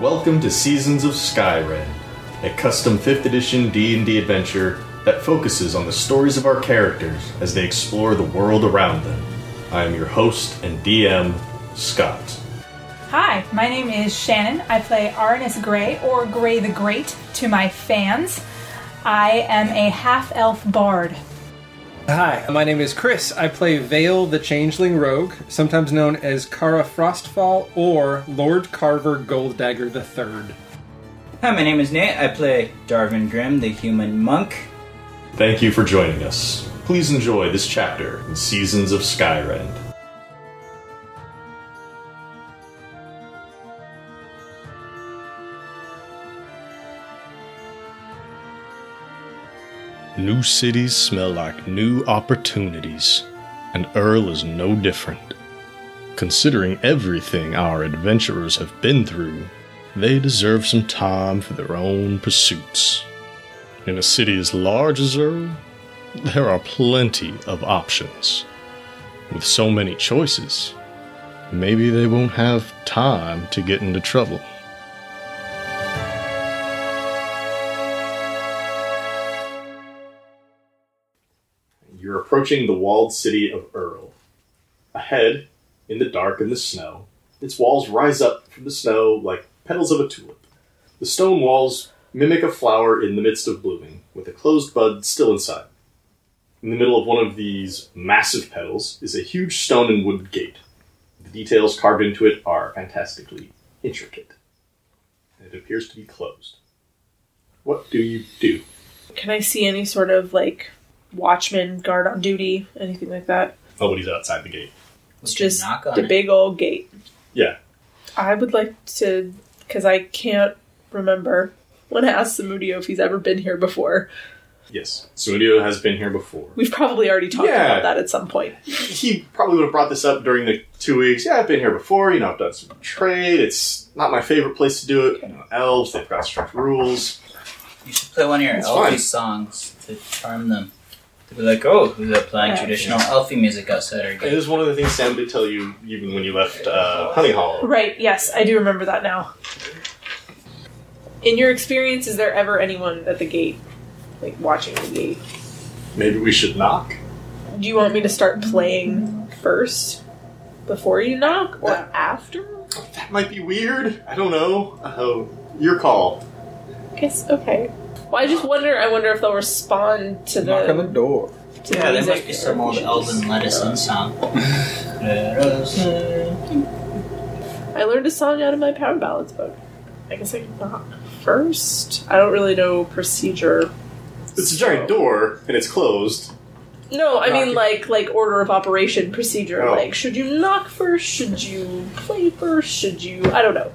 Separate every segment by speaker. Speaker 1: welcome to Seasons of Skyrim, a custom 5th edition D&D adventure that focuses on the stories of our characters as they explore the world around them. I am your host and DM, Scott.
Speaker 2: Hi, my name is Shannon. I play Arnis Grey, or Grey the Great, to my fans. I am a half elf bard.
Speaker 3: Hi, my name is Chris. I play Vale the Changeling Rogue, sometimes known as Kara Frostfall or Lord Carver Goldagger III.
Speaker 4: Hi, my name is Nate. I play Darvin Grimm, the human monk.
Speaker 1: Thank you for joining us. Please enjoy this chapter in Seasons of Skyrend. New cities smell like new opportunities, and Earl is no different. Considering everything our adventurers have been through, they deserve some time for their own pursuits. In a city as large as Earl, there are plenty of options. With so many choices, maybe they won't have time to get into trouble. You're approaching the walled city of Earl. Ahead, in the dark and the snow, its walls rise up from the snow like petals of a tulip. The stone walls mimic a flower in the midst of blooming, with a closed bud still inside. In the middle of one of these massive petals is a huge stone and wood gate. The details carved into it are fantastically intricate. It appears to be closed. What do you do?
Speaker 5: Can I see any sort of like watchman, guard on duty, anything like that?
Speaker 1: Nobody's outside the gate.
Speaker 5: It's
Speaker 4: We can
Speaker 5: just
Speaker 4: knock on
Speaker 5: the
Speaker 4: it.
Speaker 5: big old gate.
Speaker 1: Yeah.
Speaker 5: I would like to, because I can't remember. When I asked Samudio if he's ever been here before,
Speaker 1: Yes. Sumidio has been here before.
Speaker 5: we've probably already talked
Speaker 1: Yeah.
Speaker 5: about that at some point.
Speaker 1: he probably would have brought this up during the two weeks. Yeah, I've been here before. You know, I've done some trade. It's not my favorite place to do it. You know, elves, they've got strict rules.
Speaker 4: You should play one of your
Speaker 1: It's fine.
Speaker 4: Elfie songs to charm them. To be like, oh, they're playing
Speaker 5: Yeah.
Speaker 4: traditional Elfie music outside our
Speaker 1: It
Speaker 4: gate.
Speaker 1: is one of the things Sam did tell you even when you left uh, Honey Hollow.
Speaker 5: Right, yes, I do remember that now. In your experience, is there ever anyone at the gate, like watching the gate?
Speaker 1: Maybe we should knock.
Speaker 5: Do you want me to start playing first before you knock or
Speaker 1: Uh,
Speaker 5: after?
Speaker 1: That might be weird. I don't know. Oh, your call.
Speaker 5: Guess okay. Well, I just wonder. I wonder if they'll respond to
Speaker 3: Knock on the
Speaker 5: the.
Speaker 3: door.
Speaker 5: To
Speaker 4: Yeah, there
Speaker 5: the music.
Speaker 4: must be some old Elven Lettison song. Lettison.
Speaker 5: Hmm. I learned a song out of my power ballads book. I guess I can knock first. I don't really know procedure.
Speaker 1: It's a giant door and it's closed.
Speaker 5: No, I
Speaker 4: Knocking.
Speaker 5: mean like like order of operation procedure.
Speaker 1: Oh.
Speaker 5: Like, should you knock first? Should you play first? Should you? I don't know.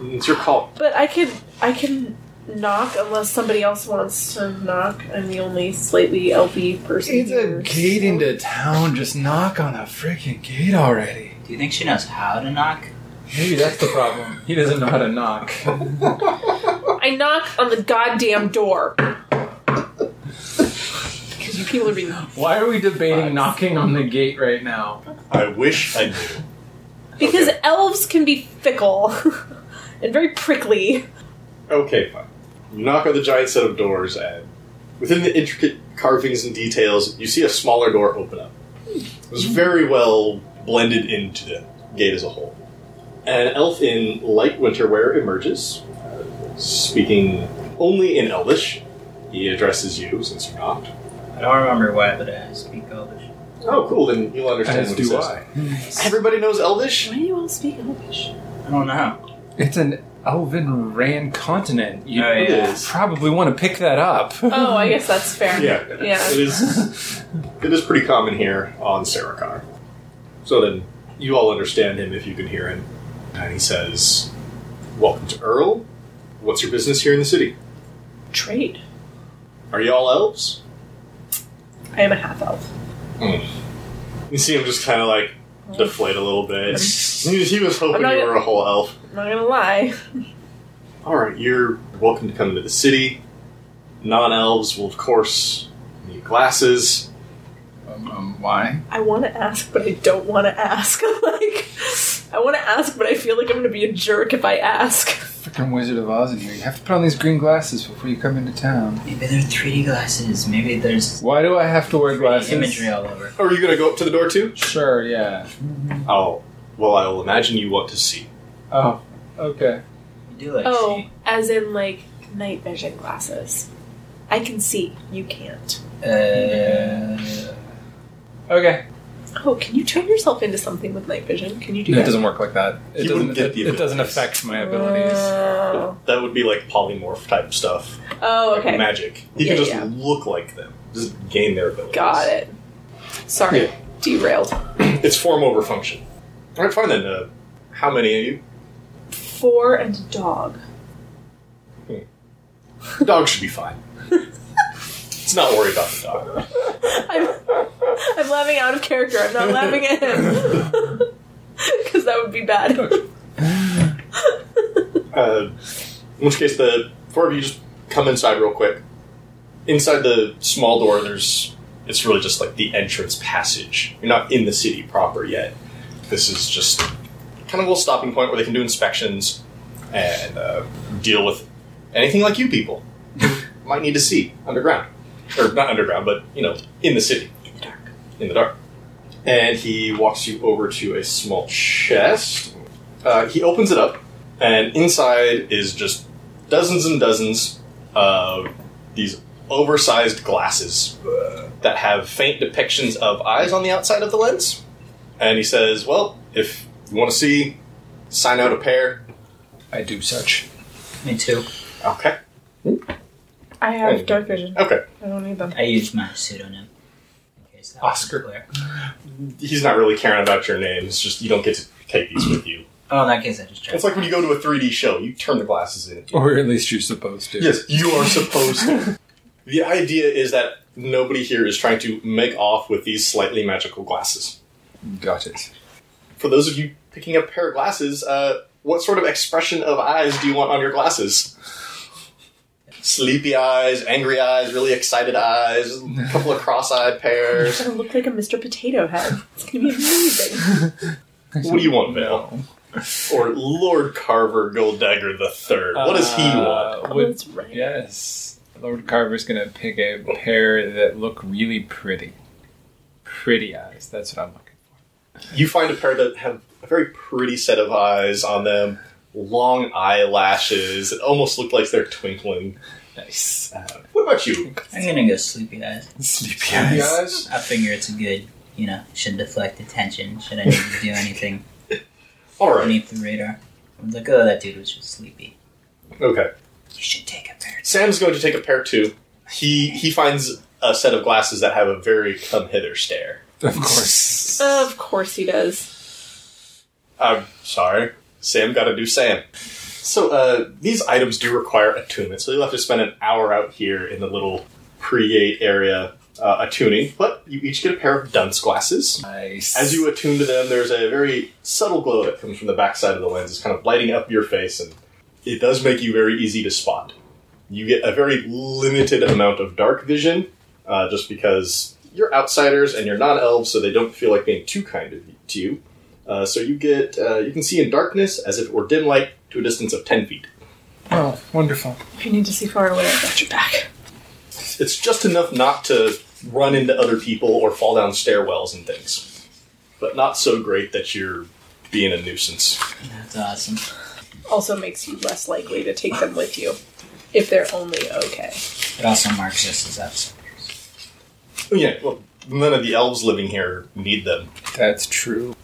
Speaker 1: It's your call.
Speaker 5: But I can I can knock unless somebody else wants to knock. I'm the only slightly LP person.
Speaker 6: It's
Speaker 5: here,
Speaker 6: a gate
Speaker 5: so-
Speaker 6: into town. Just knock on a freaking gate already.
Speaker 4: Do you think she knows how to knock?
Speaker 6: Maybe that's the problem. He doesn't know how to knock.
Speaker 5: I knock on the goddamn door. Because you people are being.
Speaker 6: Why are we debating knocking on the gate right now?
Speaker 1: I wish I knew.
Speaker 5: Because
Speaker 1: Okay.
Speaker 5: elves can be fickle and very prickly.
Speaker 1: Okay, fine. You knock on the giant set of doors, and within the intricate carvings and details, you see a smaller door open up. It was very well blended into the gate as a whole. An elf in light winter wear emerges, uh, speaking only in Elvish. He addresses you since you're not.
Speaker 4: I don't remember why, but I speak Elvish.
Speaker 1: Oh, cool. Then you'll understand
Speaker 6: As
Speaker 1: what he
Speaker 6: do
Speaker 1: says.
Speaker 6: I.
Speaker 1: Everybody knows Elvish.
Speaker 5: Why do you all speak Elvish?
Speaker 4: I don't know.
Speaker 6: It's an elven ran continent. You
Speaker 4: Oh, yeah.
Speaker 1: It is.
Speaker 6: probably want to pick that up.
Speaker 5: Oh, I guess that's fair.
Speaker 1: Yeah,
Speaker 5: Yeah.
Speaker 1: It is. It is pretty common here on Sarakar. So then, you all understand him if you can hear him. And he says, "Welcome to Earl. What's your business here in the city?
Speaker 5: Trade.
Speaker 1: Are you all elves?"
Speaker 5: I am a half elf.
Speaker 1: You see him just kind of like deflate a little bit. he he was hoping
Speaker 5: I'm not e-
Speaker 1: you
Speaker 5: gonna-
Speaker 1: were a whole elf.
Speaker 5: I'm not gonna lie.
Speaker 1: All right, you're welcome to come into the city. Non-elves will, of course, need glasses.
Speaker 6: Um, um, why?
Speaker 5: I want to ask, but I don't want to ask. like, I want to ask, but I feel like I'm gonna be a jerk if I ask.
Speaker 6: from Wizard of Oz in here. You have to put on these green glasses before you come into town.
Speaker 4: Maybe they're 3D glasses. Maybe there's
Speaker 6: Why do I have to wear
Speaker 4: 3D
Speaker 6: glasses?
Speaker 4: imagery all over.
Speaker 1: Are you going to go up to the door too?
Speaker 6: Sure, yeah.
Speaker 1: Oh, well, I will imagine you want to see.
Speaker 6: Oh, okay.
Speaker 4: You do like
Speaker 5: Oh,
Speaker 4: see.
Speaker 5: as in like night vision glasses. I can see, you can't.
Speaker 4: Uh,
Speaker 6: Okay.
Speaker 5: Oh, can you turn yourself into something with night vision? Can you do
Speaker 6: No, it
Speaker 5: that?
Speaker 6: doesn't work like that. It
Speaker 1: You
Speaker 6: doesn't,
Speaker 1: wouldn't get
Speaker 6: it,
Speaker 1: the
Speaker 6: it doesn't
Speaker 1: abilities.
Speaker 6: affect my abilities.
Speaker 5: Oh.
Speaker 1: That would be like polymorph type stuff.
Speaker 5: Oh, okay.
Speaker 1: Like magic. You
Speaker 5: Yeah,
Speaker 1: can just
Speaker 5: yeah.
Speaker 1: look like them. Just gain their abilities.
Speaker 5: Got it. Sorry,
Speaker 1: Yeah.
Speaker 5: derailed.
Speaker 1: It's form over function. All right, fine then. Uh, how many of you?
Speaker 5: Four and a dog.
Speaker 1: Dog should be fine. Let's not worry about the dog.
Speaker 5: I'm, I'm laughing out of character. I'm not laughing at him. Because that would be bad.
Speaker 1: Uh, in which case, the four of you just come inside real quick. Inside the small door, there's it's really just like the entrance passage. You're not in the city proper yet. This is just kind of a little stopping point where they can do inspections and uh, deal with anything like you people might need to see underground, or not underground, but you know, in the city,
Speaker 5: In the dark.
Speaker 1: in the dark. And he walks you over to a small chest. Uh, he opens it up, and inside is just dozens and dozens of these oversized glasses uh, that have faint depictions of eyes on the outside of the lens. And he says, Well, if you want to see, sign out a pair.
Speaker 6: I do such.
Speaker 4: me too.
Speaker 1: Okay.
Speaker 5: I
Speaker 1: have dark
Speaker 5: vision.
Speaker 1: Okay.
Speaker 5: I don't need them.
Speaker 4: I used my pseudonym. In case that
Speaker 1: Oscar.
Speaker 4: wasn't clear.
Speaker 1: He's not really caring about your name. It's just you don't get to take these with you.
Speaker 4: Oh, in that case, I just tried.
Speaker 1: It's like when you go to a 3D show, you turn the glasses in.
Speaker 6: Or at least you're supposed to.
Speaker 1: Yes, you are supposed to. The idea is that nobody here is trying to make off with these slightly magical glasses.
Speaker 6: Got it.
Speaker 1: For those of you picking up a pair of glasses, uh, what sort of expression of eyes do you want on your glasses? Sleepy eyes, angry eyes, really excited eyes, a couple of cross-eyed pairs.
Speaker 5: I look like a Mr. Potato Head. It's gonna be amazing.
Speaker 1: What do you want, Bill? Or Lord Carver Gold Dagger the Third. What does he want?
Speaker 6: Uh,
Speaker 5: Oh,
Speaker 6: would-
Speaker 5: that's right.
Speaker 6: Yes. Lord Carver's gonna pick a pair that look really pretty. Pretty eyes. That's what I'm looking for.
Speaker 1: You find a pair that have a very pretty set of eyes on them, long eyelashes that almost look like they're twinkling.
Speaker 6: Nice.
Speaker 1: Uh, what about you?
Speaker 4: I'm gonna go sleepy eyes.
Speaker 6: Sleepy
Speaker 4: I figure it's a good, you know, should deflect attention. Should I need to do anything
Speaker 1: All right.
Speaker 4: beneath the radar? I'm like, oh, that dude was just sleepy.
Speaker 1: Okay.
Speaker 4: You should take a pair.
Speaker 1: Sam's going to take a pair too. He he finds a set of glasses that have a very come hither stare.
Speaker 6: Of course.
Speaker 5: Of course he does.
Speaker 1: I'm Uh, sorry. Sam got to do Sam. So uh, these items do require attunement, so you'll have to spend an hour out here in the little pre-gate area uh, attuning. But you each get a pair of dunce glasses.
Speaker 6: Nice.
Speaker 1: As you attune to them, there's a very subtle glow that comes from the backside of the lens. It's kind of lighting up your face, and it does make you very easy to spot. You get a very limited amount of dark vision, uh, just because you're outsiders and you're non-elves, so they don't feel like being too kind of, to you. Uh, so you get uh, you can see in darkness as if it were dim light to a distance of ten feet.
Speaker 6: Oh, wonderful.
Speaker 5: If you need to see far away, I got your back.
Speaker 1: It's just enough not to run into other people or fall down stairwells and things, but not so great that you're being a nuisance.
Speaker 4: That's awesome.
Speaker 5: Also makes you less likely to take them with you if they're only okay.
Speaker 4: It also marks us as outsiders.
Speaker 1: Oh, Yeah, well, none of the elves living here need them.
Speaker 6: That's true.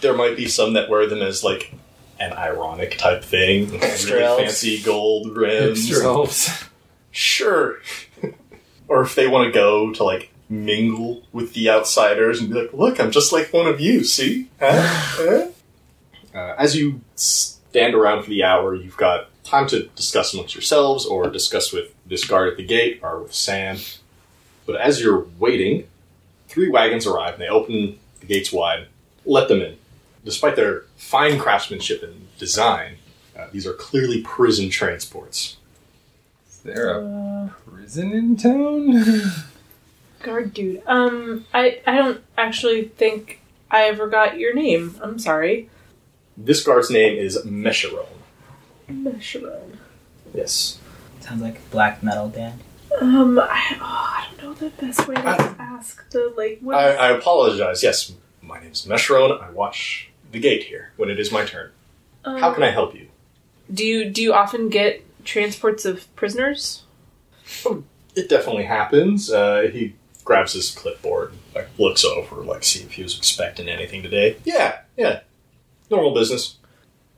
Speaker 1: There might be some that wear them as like an ironic type thing,
Speaker 6: Extra
Speaker 1: really
Speaker 6: elves.
Speaker 1: fancy gold rims.
Speaker 6: elves.
Speaker 1: Sure. or if they want to go to like mingle with the outsiders and be like, "Look, I'm just like one of you. See?" Huh? Huh?" uh, as you stand around for the hour, you've got time to discuss amongst yourselves or discuss with this guard at the gate or with Sam. But as you're waiting, three wagons arrive and they open the gates wide, let them in. Despite their fine craftsmanship and design, uh, these are clearly prison transports.
Speaker 6: Is there a prison in town?
Speaker 5: Guard dude. Um, I I don't actually think I ever got your name. I'm sorry.
Speaker 1: This guard's name is Mesheron.
Speaker 5: Um, Meshuram.
Speaker 1: Yes.
Speaker 4: Sounds like a black metal band.
Speaker 5: Um, I, oh, I don't know the best way to
Speaker 1: I-
Speaker 5: ask the like. What
Speaker 1: Uh, I, I apologize. Yes, my name is Meshron. I watch the gate here when it is my turn.
Speaker 5: um,
Speaker 1: How can I help you?
Speaker 5: Do you do you often get transports of prisoners?
Speaker 1: It definitely happens. Uh, he grabs his clipboard, and, like looks over, like see if he was expecting anything today. Yeah, yeah, normal business.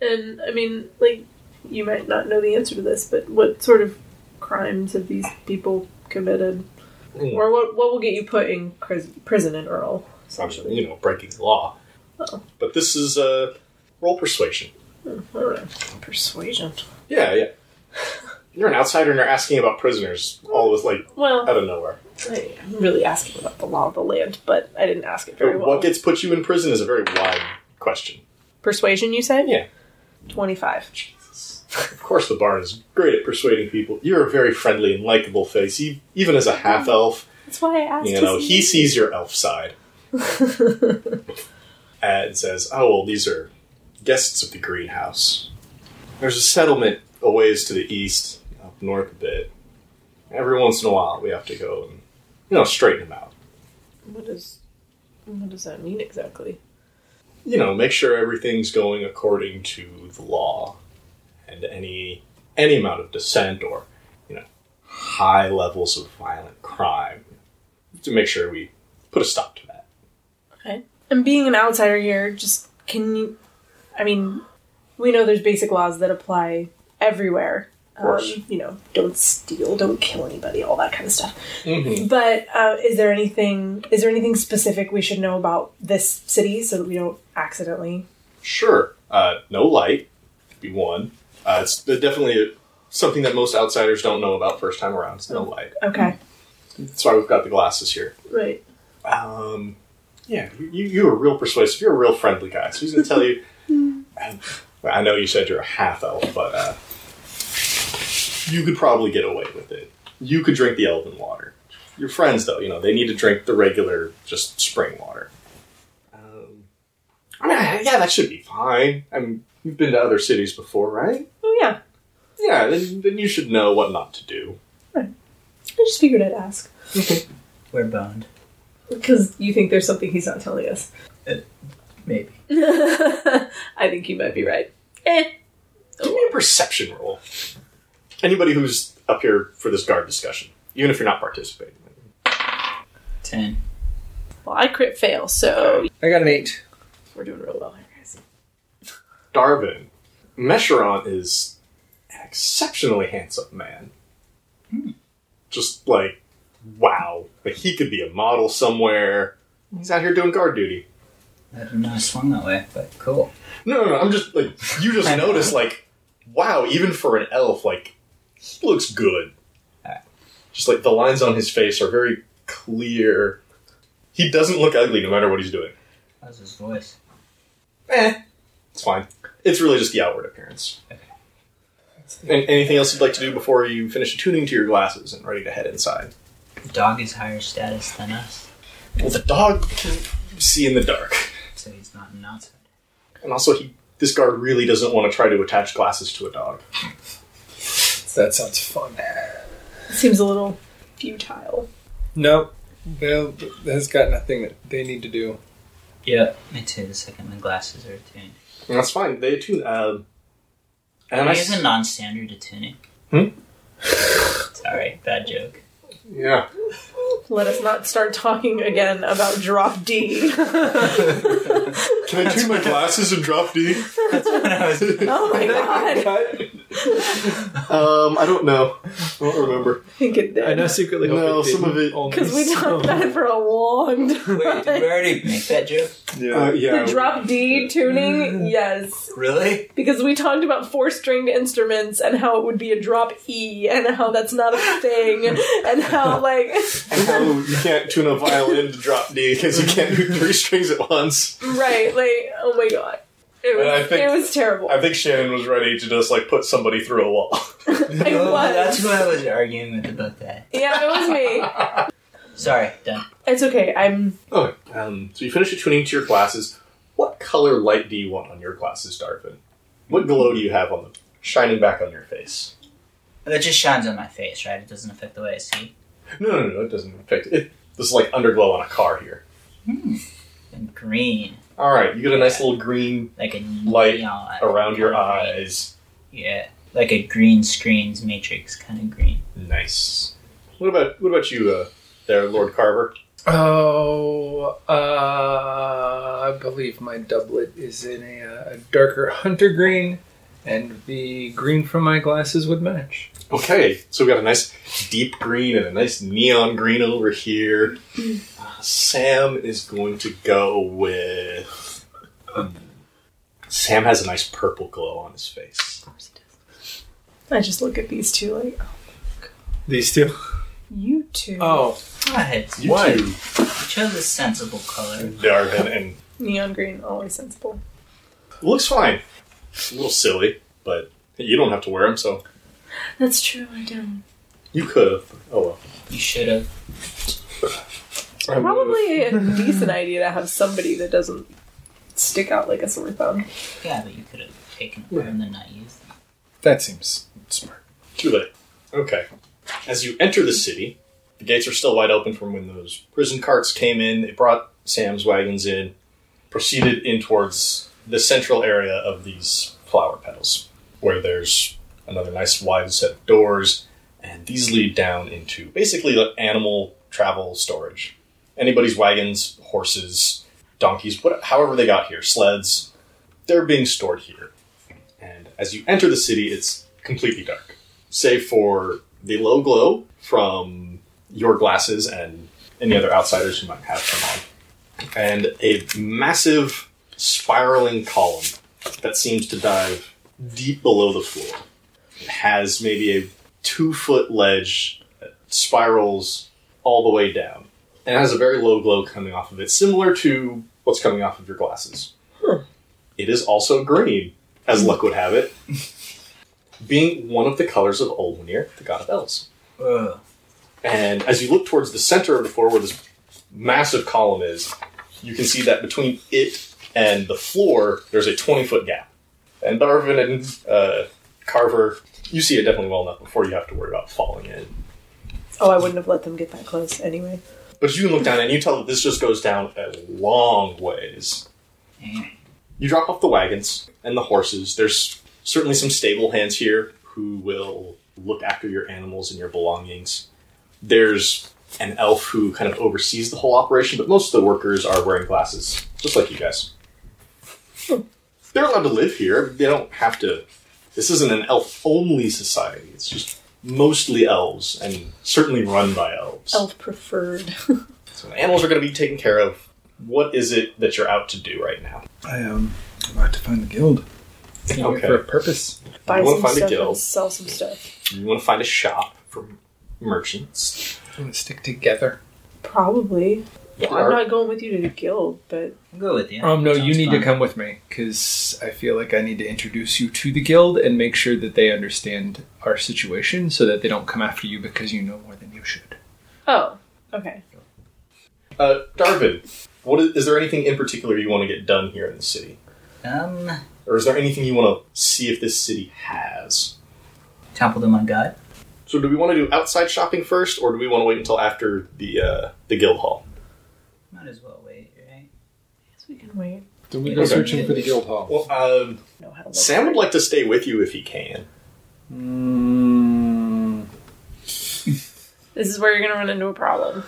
Speaker 5: And I mean, like, you might not know the answer to this, but what sort of crimes have these people committed,
Speaker 1: Mm.
Speaker 5: or what what will get you put in cris- prison in Earl?
Speaker 1: Obviously, you know, breaking the law.
Speaker 5: Oh.
Speaker 1: But this is uh, roll persuasion.
Speaker 5: I don't know. Persuasion.
Speaker 1: Yeah, yeah. You're an outsider and you're asking about prisoners, all with like
Speaker 5: Well,
Speaker 1: out of nowhere.
Speaker 5: I, I'm really asking about the law of the land, but I didn't ask it very well.
Speaker 1: What gets put you in prison is a very wide question.
Speaker 5: Persuasion, you said?
Speaker 1: Yeah.
Speaker 5: 25.
Speaker 1: Of course, the barn is great at persuading people. You're a very friendly and likable face, e- even as a half elf.
Speaker 5: That's why I asked.
Speaker 1: You
Speaker 5: to
Speaker 1: know,
Speaker 5: see-
Speaker 1: he sees your elf side and says, "Oh well, these are guests of the greenhouse." There's a settlement a ways to the east, up north a bit. Every once in a while, we have to go and you know straighten them out.
Speaker 5: what, is, what does that mean exactly?
Speaker 1: you know, make sure everything's going according to the law and any any amount of dissent or, you know, high levels of violent crime to make sure we put a stop to that.
Speaker 5: And being an outsider here, just can you? I mean, we know there's basic laws that apply everywhere. Of
Speaker 1: course.
Speaker 5: Um, you know, don't steal, don't kill anybody, all that kind of stuff.
Speaker 1: Mm-hmm.
Speaker 5: But uh, is there anything? Is there anything specific we should know about this city so that we don't accidentally?
Speaker 1: Sure. Uh, no light would be one. Uh, it's definitely something that most outsiders don't know about first time around. It's no light.
Speaker 5: Okay,
Speaker 1: That's why we've got the glasses here.
Speaker 5: right.
Speaker 1: Um, yeah, you, you were real persuasive. You're a real friendly guy. So he's going to tell you. and- well, I know you said you're a half elf, but uh, you could probably get away with it. You could drink the elven water. Your friends, though, you know, they need to drink the regular, just spring water. Um, I mean, I- yeah, that should be fine. I mean, you've been to other cities before, right?
Speaker 5: Oh yeah,
Speaker 1: Yeah, then, then you should know what not to do.
Speaker 5: I just figured I'd ask
Speaker 4: We're boned.
Speaker 5: because you think there's something he's not telling us.
Speaker 4: Maybe.
Speaker 5: I think you might be right. Eh.
Speaker 1: Give me a perception roll. Anybody who's up here for this guard discussion, even if you're not participating.
Speaker 4: Ten.
Speaker 5: Well, I crit fail, so
Speaker 3: I got an eight.
Speaker 5: we're doing real well here, guys.
Speaker 1: Darvin, Mesheron is an exceptionally handsome man. Just like, wow. Like, he could be a model somewhere. He's out here doing guard duty.
Speaker 4: I don't know. I swung that way, but cool.
Speaker 1: No, no, no. I'm just like, you just
Speaker 4: I know.
Speaker 1: notice, like, wow, even for an elf, like, he looks good. Just like the lines on his face are very clear. He doesn't look ugly no matter what he's doing.
Speaker 4: How's his voice?
Speaker 1: eh, it's fine. It's really just the outward appearance. And anything else you'd like to do before you finish attuning to your glasses and ready to head inside?
Speaker 4: The dog is higher status than us,
Speaker 1: Well, the dog can see in the dark,
Speaker 4: so he's not an outsider.
Speaker 1: and also he this guard really doesn't want to try to attach glasses to a dog.
Speaker 3: That sounds fun.
Speaker 5: Seems a little futile.
Speaker 3: No, Vale has got nothing that they need to do.
Speaker 4: Yeah. Me too. The second my glasses are attuned.
Speaker 1: And that's fine. They attune. Uh, and
Speaker 4: Am
Speaker 1: I
Speaker 4: I
Speaker 1: s-
Speaker 4: using non-standard attuning?
Speaker 1: Hmm?
Speaker 4: Sorry, bad joke.
Speaker 1: yeah.
Speaker 5: Let us not start talking again about drop D. Oh
Speaker 1: Can I tune my glasses and drop D?
Speaker 5: oh my god!
Speaker 1: Um, I don't know. I don't remember.
Speaker 5: I think it
Speaker 3: I know
Speaker 5: did.
Speaker 3: secretly hope
Speaker 1: No,
Speaker 3: it
Speaker 1: some of
Speaker 3: didn't,
Speaker 1: it-
Speaker 3: only
Speaker 5: Because we
Speaker 3: some.
Speaker 5: talked about it for a long time.
Speaker 4: Wait, did we already make that joke?
Speaker 1: Uh, yeah.
Speaker 5: The drop D tuning, yes.
Speaker 4: Really?
Speaker 5: Because we talked about four stringed instruments and how it would be a drop E and how that's not a thing and how, like,
Speaker 1: How you can't tune a violin to drop D because you can't do three strings at once.
Speaker 5: right, like, oh my god. It
Speaker 1: And I
Speaker 5: was,
Speaker 1: think-
Speaker 5: it was terrible.
Speaker 1: I think Shannon was ready to just like put somebody through a wall.
Speaker 5: I was.
Speaker 4: That's why I was arguing with about that.
Speaker 5: Yeah, it was me.
Speaker 4: Sorry, done.
Speaker 5: It's okay. I'm.
Speaker 1: oh, um, so you finish attuning to your glasses. What color light do you want on your glasses, Darvin? What glow do you have on them? shining back on your face.
Speaker 4: That just shines on my face, right? It doesn't affect the way I see.
Speaker 1: No, no, no, it doesn't affect it. This is like underglow on a car here.
Speaker 4: Hmm. And green,
Speaker 1: All right, you get a nice little green
Speaker 4: like a
Speaker 1: Light
Speaker 4: neon
Speaker 1: around your
Speaker 4: kind of green.
Speaker 1: eyes.
Speaker 4: Yeah, like a green screen's matrix kind of green.
Speaker 1: Nice. What about what about you, uh, there, Lord Carver?
Speaker 6: Oh, uh, I believe my doublet is in a, uh, a darker hunter green, and the green from my glasses would match.
Speaker 1: Okay, so we got a nice deep green and a nice neon green over here. Uh, Sam is going to go with. Sam has a nice purple glow on his face.
Speaker 5: I just look at these two like,
Speaker 3: These two.
Speaker 5: you two.
Speaker 6: Oh,
Speaker 4: What?
Speaker 1: You
Speaker 6: Why?
Speaker 1: two,
Speaker 4: You chose a sensible color.
Speaker 1: Darvin, and
Speaker 5: Neon green, always sensible.
Speaker 1: looks fine. A little silly, but you don't have to wear them, so
Speaker 5: That's true, I don't.
Speaker 1: you could have. Oh well.
Speaker 4: You should have.
Speaker 5: Probably a decent idea to have somebody that doesn't stick out like a sore thumb.
Speaker 4: Yeah, but you could have taken it from the not used. it.
Speaker 6: that seems smart.
Speaker 1: Too late. Okay. As you enter the city, the gates are still wide open from when those prison carts came in. They brought Sam's wagons in, proceeded in towards the central area of these flower petals, where there's another nice wide set of doors, and these lead down into basically like animal travel storage. Anybody's wagons, horses, donkeys, what, however they got here, sleds, they're being stored here. And as you enter the city, it's completely dark save for the low glow from your glasses and any other outsiders who might have them on, and a massive spiraling column that seems to dive deep below the floor. It has maybe a two foot ledge that spirals all the way down. And it has a very low glow coming off of it, similar to what's coming off of your glasses. It is also green, as luck would have it being one of the colors of Olmenir, the god of elves.
Speaker 4: Ugh.
Speaker 1: And as you look towards the center of the floor where this massive column is, you can see that between it and the floor, there's a 20 foot gap. And Darvin and uh, Carver, you see it definitely well enough before you have to worry about falling in.
Speaker 5: Oh, I wouldn't have let them get that close anyway.
Speaker 1: But you can look down and you tell that this just goes down a long ways. You drop off the wagons and the horses. There's certainly some stable hands here who will look after your animals and your belongings. There's an elf who kind of oversees the whole operation, but most of the workers are wearing glasses, just like you guys. They're allowed to live here. They don't have to. This isn't an elf only society. It's just mostly elves and certainly run by elves.
Speaker 5: Elf preferred.
Speaker 1: So the animals are going to be taken care of. What is it that you're out to do right now?
Speaker 6: I am about to find the guild.
Speaker 1: Okay.
Speaker 6: For a purpose.
Speaker 5: Buy
Speaker 1: You wanna
Speaker 5: some
Speaker 1: find a
Speaker 5: stuff
Speaker 1: guild?
Speaker 5: and sell some stuff.
Speaker 1: You want to find a shop for merchants.
Speaker 6: I want to stick together.
Speaker 5: Probably.
Speaker 1: Yeah,
Speaker 5: I'm not going with you to the guild, but
Speaker 4: I'll go with you.
Speaker 6: Um, no, you
Speaker 4: Sounds
Speaker 6: need
Speaker 4: fun.
Speaker 6: to come with me because I feel like I need to introduce you to the guild and make sure that they understand our situation so that they don't come after you because you know more than you should.
Speaker 5: oh, okay.
Speaker 1: Uh, Darvin, what is, is there anything in particular you want to get done here in the city?
Speaker 4: Um,
Speaker 1: Or is there anything you want to see if this city has?
Speaker 4: Temple to my god.
Speaker 1: So do we want to do outside shopping first, or do we want to wait until after the uh, the guild hall?
Speaker 4: Might as well wait, right?
Speaker 5: So we can wait.
Speaker 6: Then
Speaker 4: we go Okay.
Speaker 6: searching for the guild
Speaker 1: Well,
Speaker 6: hall.
Speaker 1: uh,
Speaker 5: Know how to look.
Speaker 1: Sam would like to stay with you if he can.
Speaker 6: Mm,
Speaker 5: This is where you're gonna run into a problem.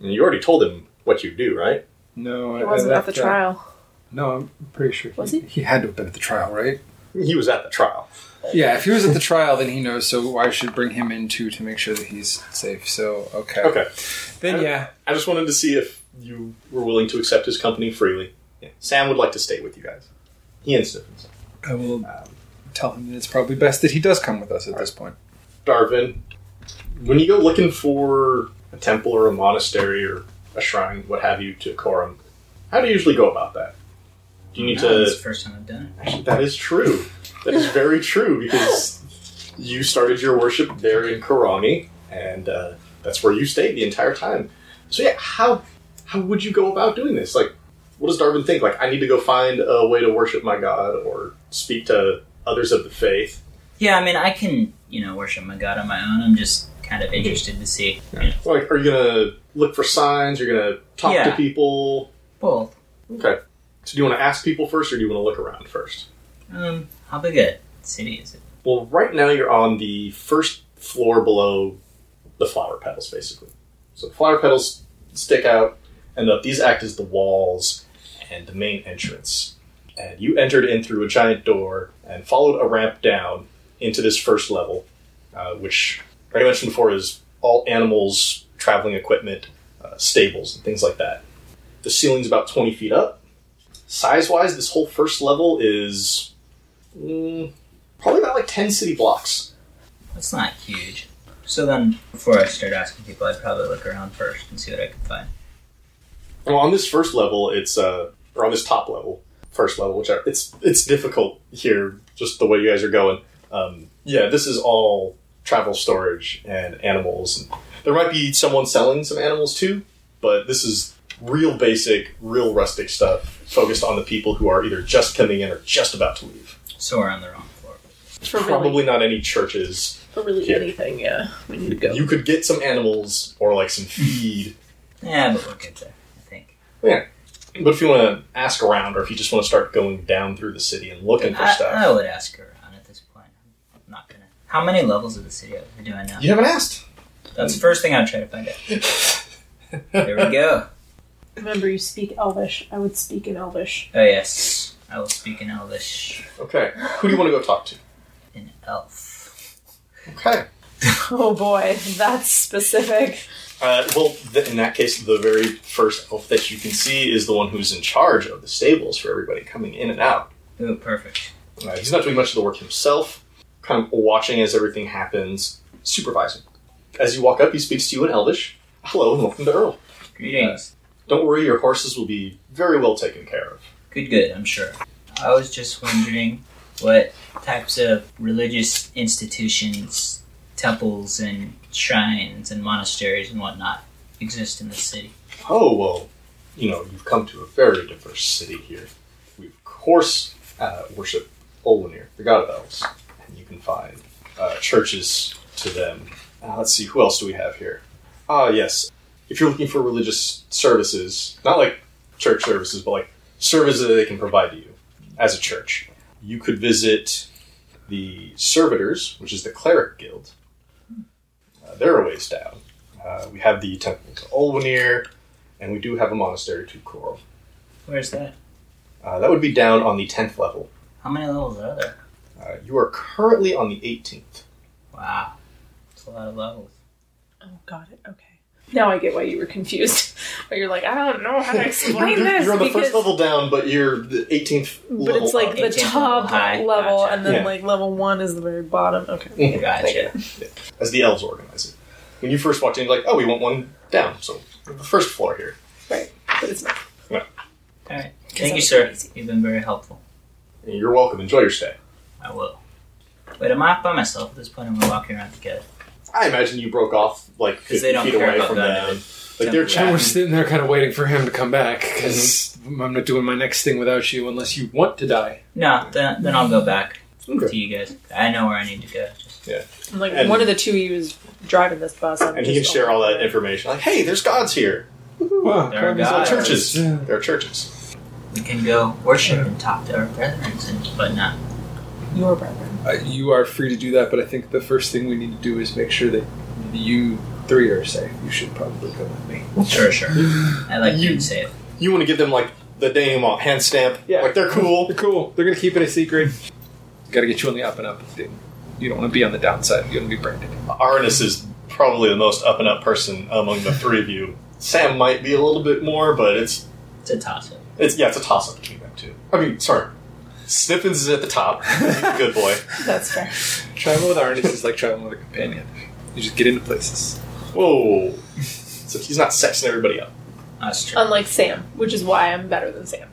Speaker 1: And you already told him what you do, right?
Speaker 6: no,
Speaker 5: It wasn't at the
Speaker 6: left, uh,
Speaker 5: trial.
Speaker 6: No, I'm pretty sure.
Speaker 5: Was he?
Speaker 6: He had to have been at the trial, right?
Speaker 1: He was at the trial.
Speaker 6: Yeah, if he was at the trial, then he knows. So I should bring him in too to make sure that he's safe. So okay.
Speaker 1: Okay.
Speaker 6: Then yeah.
Speaker 1: I just wanted to see if you were willing to accept his company freely. Yeah. Sam would like to stay with you guys. He and Stephens.
Speaker 6: I will tell him that it's probably best that he does come with us at this point.
Speaker 1: Darvin, when you go looking for a temple or a monastery or a shrine, what have you, to Corum, how do you usually go about that? Do you need
Speaker 4: No, it's the
Speaker 1: to.
Speaker 4: first time I've done it.
Speaker 1: Actually, that is true. That is very true because you started your worship there in Karami, and uh, that's where you stayed the entire time. So yeah, how how would you go about doing this? Like, what does Darwin think? Like, I need to go find a way to worship my god or speak to others of the faith.
Speaker 4: Yeah, I mean, I can, you know, worship my God on my own. I'm just kind of interested to see. you know,
Speaker 1: Like, are you gonna look for signs? You're gonna talk to
Speaker 4: Yeah.
Speaker 1: people.
Speaker 4: both.
Speaker 1: Okay. So, do you want to ask people first, or do you want to look around first?
Speaker 4: Um, how big a city is it?
Speaker 1: Well, right now you're on the first floor below the flower petals, basically. So the flower petals stick out, and up these act as the walls and the main entrance. And you entered in through a giant door and followed a ramp down into this first level, uh, which, like I mentioned before, is all animals, traveling equipment, uh, stables, and things like that. The ceiling's about 20 feet up. Size wise, this whole first level is. mm, probably about like 10 city blocks.
Speaker 4: That's not huge. So then, before I start asking people, I'd probably look around first and see what I can find.
Speaker 1: Well, on this first level, it's uh, or on this top level, first level, which are, it's it's difficult here, just the way you guys are going. Um, yeah, this is all travel storage and animals. And there might be someone selling some animals too, but this is real basic, real rustic stuff focused on the people who are either just coming in or just about to leave.
Speaker 4: So we're on the wrong floor.
Speaker 5: For really,
Speaker 1: Probably not any churches.
Speaker 5: for really
Speaker 1: Yeah.
Speaker 5: anything, yeah. We need to go.
Speaker 1: You could get some animals or like some feed
Speaker 4: Yeah, but we'll get there, I think.
Speaker 1: But if you want to ask around, or if you just want to start going down through the city and looking for
Speaker 4: I,
Speaker 1: stuff,
Speaker 4: I would ask around at this point. I'm not gonna. How many levels of the city do I know?
Speaker 1: you haven't asked.
Speaker 4: That's the first thing I'd try to find out. There we go.
Speaker 5: Remember, you speak Elvish. I would speak in Elvish.
Speaker 4: Oh, yes. I will speak in Elvish.
Speaker 1: Okay, who do you want to go talk to?
Speaker 4: In Elf.
Speaker 1: Okay.
Speaker 5: Oh boy, that's specific.
Speaker 1: Uh, well, th- in that case, the very first elf that you can see is the one who's in charge of the stables for everybody coming in and out.
Speaker 4: Ooh, perfect.
Speaker 1: Uh, he's not doing much of the work himself, kind of watching as everything happens, supervising. As you walk up, he speaks to you in Elvish. Hello and welcome to Earl.
Speaker 4: Greetings.
Speaker 1: Don't worry, your horses will be very well taken care of.
Speaker 4: Good, good, I'm sure. I was just wondering what types of religious institutions, temples, and shrines, and monasteries, and whatnot exist in the city.
Speaker 1: oh well you know you've come to a very diverse city here we of course uh, worship olenir the god of elves and you can find uh, churches to them uh, let's see who else do we have here ah yes if you're looking for religious services not like church services but like services that they can provide to you as a church you could visit the servitors which is the cleric guild uh, they're a ways down uh, we have the temple to olwenir and we do have a monastery to Coral.
Speaker 4: Where's that?
Speaker 1: Uh, that would be down on the 10th level.
Speaker 4: How many levels are there?
Speaker 1: Uh, you are currently on the 18th.
Speaker 4: Wow. It's a lot of levels.
Speaker 5: Oh, got it. Okay. Now I get why you were confused. Or you're like, I don't know how to
Speaker 1: You're,
Speaker 5: explain
Speaker 1: you're-
Speaker 5: this.
Speaker 1: you're on the
Speaker 5: because,
Speaker 1: first level uh, down, but you're the 18th
Speaker 5: But it's like the
Speaker 4: It's level
Speaker 5: top
Speaker 4: high.
Speaker 5: level,
Speaker 4: Gotcha.
Speaker 5: and then
Speaker 1: Yeah. Mm.
Speaker 5: like level one is the very bottom. Okay.
Speaker 4: Gotcha.
Speaker 1: as the elves organize it. When you first walked in, you're like, oh, we want one down, so the first floor here.
Speaker 5: Right. But it's not.
Speaker 4: Alright.
Speaker 5: that
Speaker 4: Thank you,
Speaker 5: was
Speaker 4: sir.
Speaker 5: crazy.
Speaker 4: You've been very helpful.
Speaker 1: And You're welcome. Enjoy your stay.
Speaker 4: I will. Wait, am I by myself at this point, and we're walking around together?
Speaker 1: I imagine you broke off like 50
Speaker 4: 'Cause they don't
Speaker 1: feet
Speaker 4: care
Speaker 1: away
Speaker 4: about
Speaker 1: from
Speaker 4: that.
Speaker 1: them. Like they're
Speaker 3: And
Speaker 4: Yeah.
Speaker 3: we're
Speaker 1: chatting.
Speaker 3: sitting there kind of waiting for him to come back because
Speaker 6: Mm-hmm.
Speaker 3: I'm not doing my next thing without you unless you want to die.
Speaker 4: No, then, then I'll go back
Speaker 1: Okay.
Speaker 4: to you guys. I know where I need to go.
Speaker 5: I'm like
Speaker 1: And-
Speaker 5: one of the two of you is driving this bus. I'm
Speaker 1: And he can
Speaker 5: just-
Speaker 1: share all that information. Like, hey, there's gods here.
Speaker 3: Wow,
Speaker 4: There are
Speaker 3: Carmen's
Speaker 1: There are
Speaker 4: gods.
Speaker 3: like,
Speaker 1: churches.
Speaker 3: Yeah.
Speaker 6: Uh,
Speaker 1: There are churches.
Speaker 4: We can go worship and talk to our brethren and whatnot.
Speaker 5: Your brethren.
Speaker 6: Uh, you are free to do that, but I think the first thing we need to do is make sure that you three are safe. You should probably go with me.
Speaker 4: Sure, sure. I like
Speaker 1: You-
Speaker 4: being safe.
Speaker 1: You want to give them like the name on hand stamp.
Speaker 3: Yeah.
Speaker 1: Like they're cool.
Speaker 3: They're cool. They're gonna keep it a secret.
Speaker 6: Got to get you on the up and up. You don't want to be on the downside. You want to be branded.
Speaker 1: Arnis is probably the most up and up person among the three of you. Sam might be a little bit more, but it's
Speaker 4: It's a toss up.
Speaker 1: it's yeah, it's a toss up between them two. I mean, sorry, Sniffins is at the top. Good boy.
Speaker 5: That's fair.
Speaker 6: Traveling with Arnis is like traveling with a companion. You just get into places.
Speaker 1: Whoa. So he's not sexing everybody up.
Speaker 4: That's true.
Speaker 5: Unlike Sam, which is why I'm better than Sam.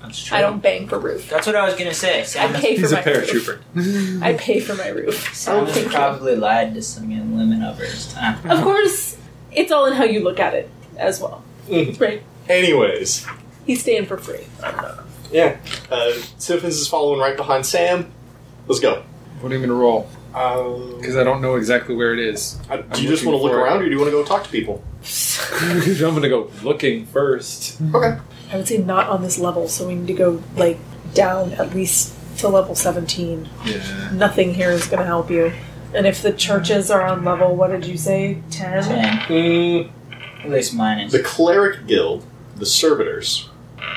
Speaker 4: That's true.
Speaker 5: I don't bang for roof.
Speaker 4: That's what I was gonna say.
Speaker 5: I
Speaker 4: Sam,
Speaker 5: pay for
Speaker 6: He's a
Speaker 5: my
Speaker 6: paratrooper.
Speaker 5: Roof. I pay for my roof.
Speaker 4: Sam has
Speaker 5: thank you.
Speaker 4: probably lied to some young women over his time.
Speaker 5: Of course, it's all in how you look at it as well.
Speaker 1: Mhm.
Speaker 5: Right?
Speaker 1: Anyways,
Speaker 5: He's staying for free. I'm not.
Speaker 1: yeah, uh, Sniffins is following right behind Sam. Let's go.
Speaker 6: What are you going to roll?
Speaker 1: Uh,
Speaker 6: Because I don't know exactly where it is.
Speaker 1: I- do you
Speaker 6: I'm
Speaker 1: just
Speaker 6: looking
Speaker 1: want to look
Speaker 6: for it.
Speaker 1: around, or do you want to go talk to people?
Speaker 6: I'm going to go looking first.
Speaker 1: Okay.
Speaker 5: I would say not on this level, so we need to go like down at least to level seventeen.
Speaker 6: Yeah.
Speaker 5: Nothing here is going to help you. And if the churches are on level, what did you say? Ten.
Speaker 4: Ten.
Speaker 1: Mm,
Speaker 4: At least mine is.
Speaker 1: the cleric guild, the servitors,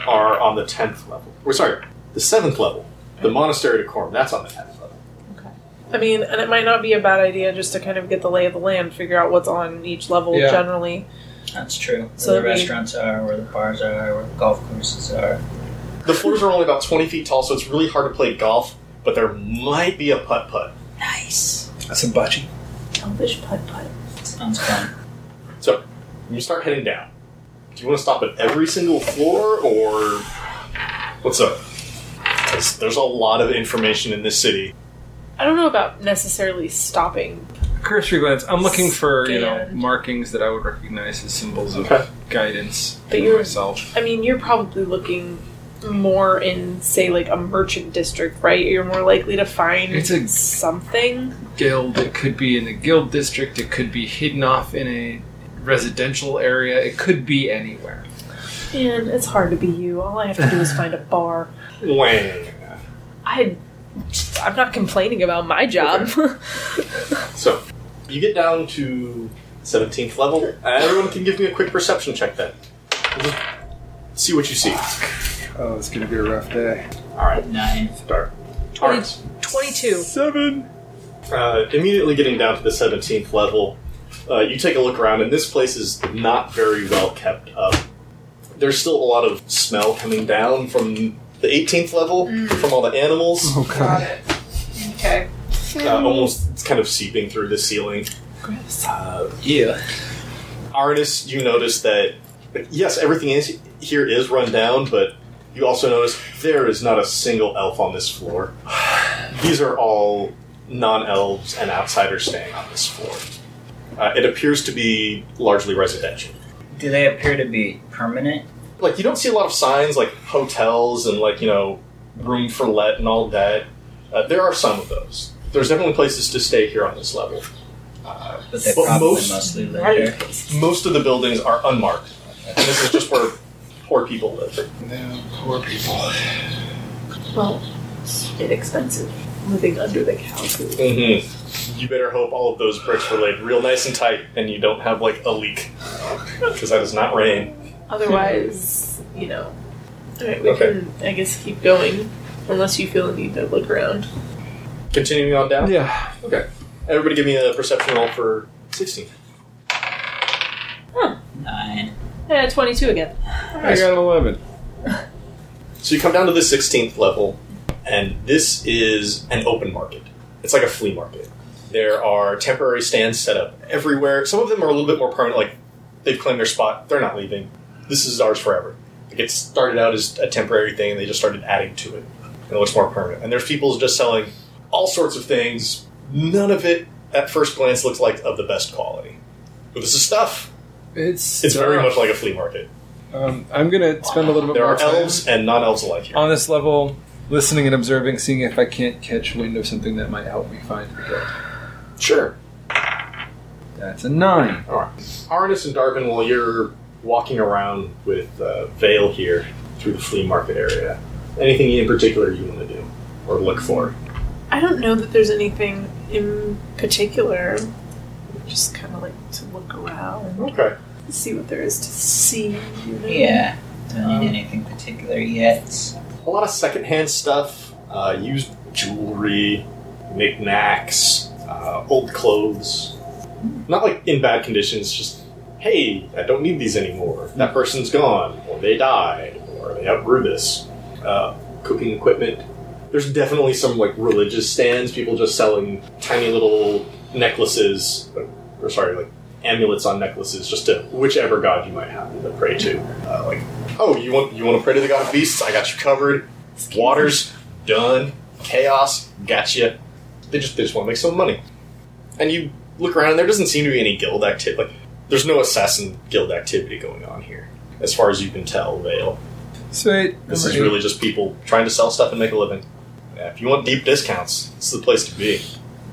Speaker 1: are on the tenth level. We're sorry, the seventh level. The monastery decorum that's on the tenth level.
Speaker 5: I mean, and it might not be a bad idea just to kind of get the lay of the land, figure out what's on each level
Speaker 6: Yeah.
Speaker 5: generally.
Speaker 4: That's true. Where
Speaker 5: So
Speaker 4: the
Speaker 5: we-
Speaker 4: restaurants are, where the bars are, where the golf courses are.
Speaker 1: The floors are only about twenty feet tall, so it's really hard to play golf. But there might be a putt putt.
Speaker 4: Nice.
Speaker 6: That's a bocce.
Speaker 5: Elvish putt putt.
Speaker 4: Sounds fun.
Speaker 1: So you start heading down. Do you want to stop at every single floor, or what's up? 'Cause there's a lot of information in this city.
Speaker 5: I don't know about necessarily stopping.
Speaker 6: Cursory glance. I'm looking for, you know,
Speaker 5: Scanned.
Speaker 6: markings that I would recognize as symbols of
Speaker 1: Okay.
Speaker 6: guidance
Speaker 5: But
Speaker 6: for
Speaker 5: you're-
Speaker 6: myself.
Speaker 5: I mean, you're probably looking more in, say, like a merchant district, right? You're more likely to find
Speaker 6: It's a-
Speaker 5: something.
Speaker 6: Guild. It could be in the guild district. It could be hidden off in a residential area. It could be anywhere.
Speaker 5: And it's hard to be you. All I have to do is find a bar.
Speaker 1: Wang.
Speaker 5: I, I'm not complaining about my job.
Speaker 1: So you get down to 17th level. Uh, Everyone can give me a quick perception check then. Just see what you see.
Speaker 6: Oh, it's going to be a rough day.
Speaker 1: All right.
Speaker 4: Nine.
Speaker 1: Dark. All right.
Speaker 5: Twenty-two.
Speaker 6: Seven.
Speaker 1: Uh, immediately getting down to the 17th level, uh, you take a look around, and this place is not very well kept up. There's still a lot of smell coming down from the 18th level, from all the animals.
Speaker 6: Oh, God.
Speaker 5: Okay.
Speaker 1: Uh, almost it's kind of seeping through the ceiling. Uh,
Speaker 6: Yeah.
Speaker 1: Arnis, you notice that yes, everything is here is run down, but you also notice there is not a single elf on this floor. These are all non-elves and outsiders staying on this floor. Uh, it appears to be largely residential.
Speaker 4: Do they appear to be permanent?
Speaker 1: Like you don't see a lot of signs like hotels and like you know room for let and all that. Uh, there are some of those. There's definitely places to stay here on this level.
Speaker 4: But they
Speaker 1: But
Speaker 4: probably
Speaker 1: most-
Speaker 4: mostly live there.
Speaker 1: Most of the buildings are unmarked, and this is just where poor people live.
Speaker 6: No, poor people.
Speaker 5: Well, it's inexpensive living under the couch.
Speaker 1: Mm-hmm. You better hope all of those bricks were laid real nice and tight, and you don't have like a leak, because that is not rain.
Speaker 5: Otherwise, you know. All right, we
Speaker 1: Okay.
Speaker 5: can, I guess, keep going unless you feel the need to look around.
Speaker 1: Continuing on down.
Speaker 6: Yeah.
Speaker 1: Everybody, give me a perception roll for sixteen.
Speaker 4: Nine.
Speaker 5: Yeah, twenty-two again.
Speaker 6: I got an 11.
Speaker 1: So you come down to the sixteenth level, and this is an open market. It's like a flea market. There are temporary stands set up everywhere. Some of them are a little bit more permanent, like they've claimed their spot. They're not leaving. This is ours forever. Like it started out as a temporary thing, and they just started adding to it, and it looks more permanent. And there's people just selling all sorts of things. None of it, at first glance, looks like of the best quality. But this is stuff.
Speaker 6: It's
Speaker 1: It's very
Speaker 6: tough.
Speaker 1: much like a flea market.
Speaker 6: Um, I'm gonna spend a little bit
Speaker 1: There
Speaker 6: more
Speaker 1: are
Speaker 6: time
Speaker 1: elves and non-elves alike here.
Speaker 6: on this level, listening and observing, seeing if I can't catch wind of something that might help me find the gold.
Speaker 1: Sure.
Speaker 6: That's a nine.
Speaker 1: Arnis and Darvin, while you're walking around with uh, Vale here through the flea market area, anything in particular you want to do or look for?
Speaker 5: I don't know that there's anything in particular. Just kind of like to look around,
Speaker 1: Okay.
Speaker 5: see what there is to see. you know?
Speaker 4: Yeah. Don't
Speaker 1: Um,
Speaker 5: Mm-hmm.
Speaker 4: need anything particular yet.
Speaker 1: A lot of secondhand stuff, uh, used jewelry, knickknacks, uh, old clothes. Not like in bad condition, it's just, hey, I don't need these anymore. That person's gone, or they died, or they outgrew this. Uh, cooking equipment. There's definitely some like religious stands, people just selling tiny little necklaces, or, or sorry, like amulets on necklaces, just to whichever god you might happen to pray to. Uh, like, oh, you want you want to pray to the god of beasts? I got you covered. Waters done. Chaos got you. They just they just want to make some money. And you look around, and there doesn't seem to be any guild activity. Like, there's no assassin guild activity going on here, as far as you can tell. Vale,
Speaker 6: Sweet.
Speaker 1: this
Speaker 6: Number
Speaker 1: is
Speaker 6: eight.
Speaker 1: really just people trying to sell stuff and make a living. Yeah, if you want deep discounts, this is the place to be.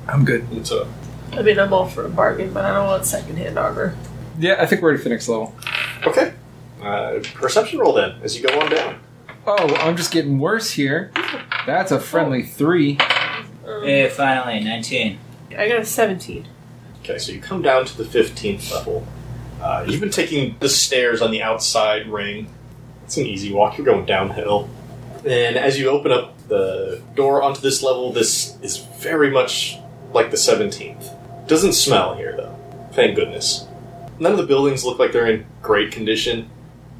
Speaker 6: I'm good.
Speaker 1: It's a
Speaker 7: I mean, I'm all for a bargain, but I don't want secondhand armor.
Speaker 6: Yeah, I think we're ready for the next level.
Speaker 1: okay. Uh, perception roll then, as you go on down.
Speaker 6: Oh, I'm just getting worse here. That's a friendly three.
Speaker 7: Um,
Speaker 4: Hey, Eh, finally, 19.
Speaker 7: I got a 17.
Speaker 1: Okay, so you come down to the 15th level. Uh, you've been taking the stairs on the outside ring. It's an easy walk, you're going downhill. And as you open up the door onto this level, this is very much like the 17th. Doesn't smell here, though. Thank goodness. None of the buildings look like they're in great condition.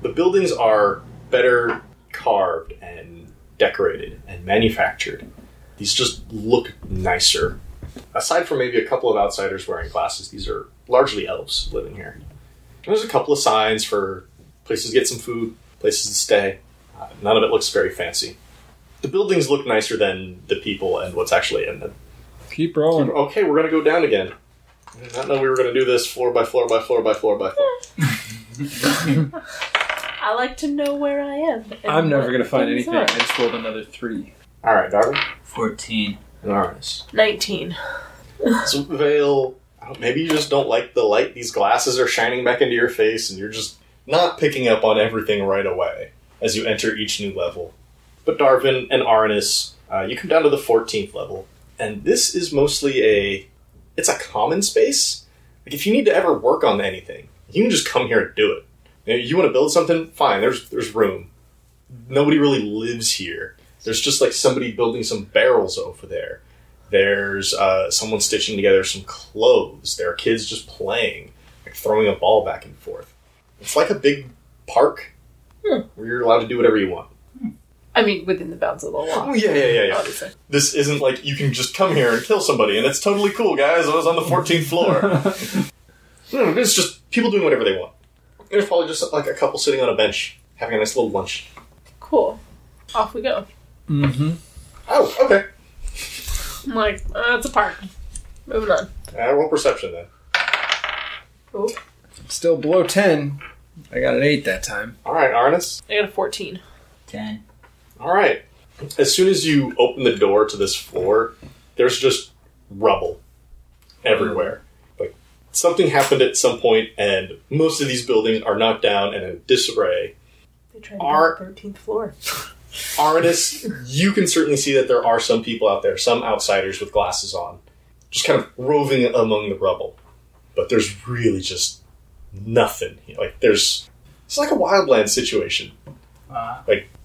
Speaker 1: The buildings are better carved and decorated and manufactured. These just look nicer aside from maybe a couple of outsiders wearing glasses, these are largely elves living here. And there's a couple of signs for places to get some food, places to stay. Uh, none of it looks very fancy. The buildings look nicer than the people and what's actually in them.
Speaker 6: Keep rolling.
Speaker 1: Okay, we're gonna go down again. I did not know we were gonna do this floor by floor by floor by floor by floor.
Speaker 7: I like to know where I am. and
Speaker 6: I'm never
Speaker 7: what
Speaker 6: gonna find
Speaker 7: things
Speaker 6: anything.
Speaker 7: are.
Speaker 6: I just rolled another three.
Speaker 1: All right, Darwin.
Speaker 4: 14.
Speaker 1: All right.
Speaker 7: 19.
Speaker 1: So Vale, I don't- maybe you just don't like the light. These glasses are shining back into your face, and you're just not picking up on everything right away as you enter each new level. But Darvin and Arnis, uh, you come down to the 14th level, and this is mostly a it's a common space. Like if you need to ever work on anything, you can just come here and do it. Now, You want to build something? Fine. There's there's room. Nobody really lives here. There's just like somebody building some barrels over there. There's uh, someone stitching together some clothes. There are kids just playing, like throwing a ball back and forth. It's like a big park where you're allowed to do whatever you want.
Speaker 7: I mean, within the bounds of the law.
Speaker 1: Oh yeah, yeah, yeah, yeah.
Speaker 7: Obviously.
Speaker 1: This isn't like you can just come here and kill somebody, and it's totally cool, guys. I was on the 14th floor. No, no, it's just people doing whatever they want. There's probably just like a couple sitting on a bench having a nice little lunch.
Speaker 7: Cool. Off we go.
Speaker 6: Mm-hmm.
Speaker 1: Oh, okay.
Speaker 7: I'm like, uh, it's a park. Moving on.
Speaker 1: Uh, roll perception then.
Speaker 6: Still below ten. I got an eight that time.
Speaker 1: All right, Arnis.
Speaker 7: I got a 14.
Speaker 4: 10.
Speaker 1: All right. As soon as you open the door to this floor, there's just rubble everywhere. Like something happened at some point, and most of these buildings are knocked down and in disarray.
Speaker 5: They tried
Speaker 1: Are-
Speaker 5: to go to the 13th floor.
Speaker 1: Arnis, you can certainly see that there are some people out there, some outsiders with glasses on, just kind of roving among the rubble. But there's really just nothing. here. Like there's, it's like a wildland situation.
Speaker 4: Uh,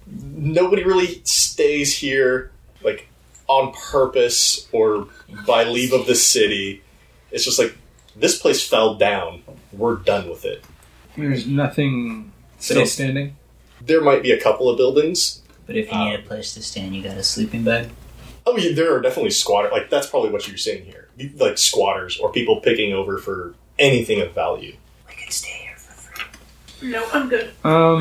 Speaker 1: nobody really stays here like on purpose or by leave of the city. It's just like this place fell down. We're done with it.
Speaker 6: There's nothing still
Speaker 1: Still.
Speaker 6: standing.
Speaker 1: There might be a couple of buildings.
Speaker 4: but if you need a place to stand, you got a sleeping bag.
Speaker 1: Oh, yeah, there are definitely squatter. Like that's probably what you're seeing here. You- Like squatters or people picking over for anything of value.
Speaker 4: We could stay here for free.
Speaker 7: No, I'm good.
Speaker 6: Um,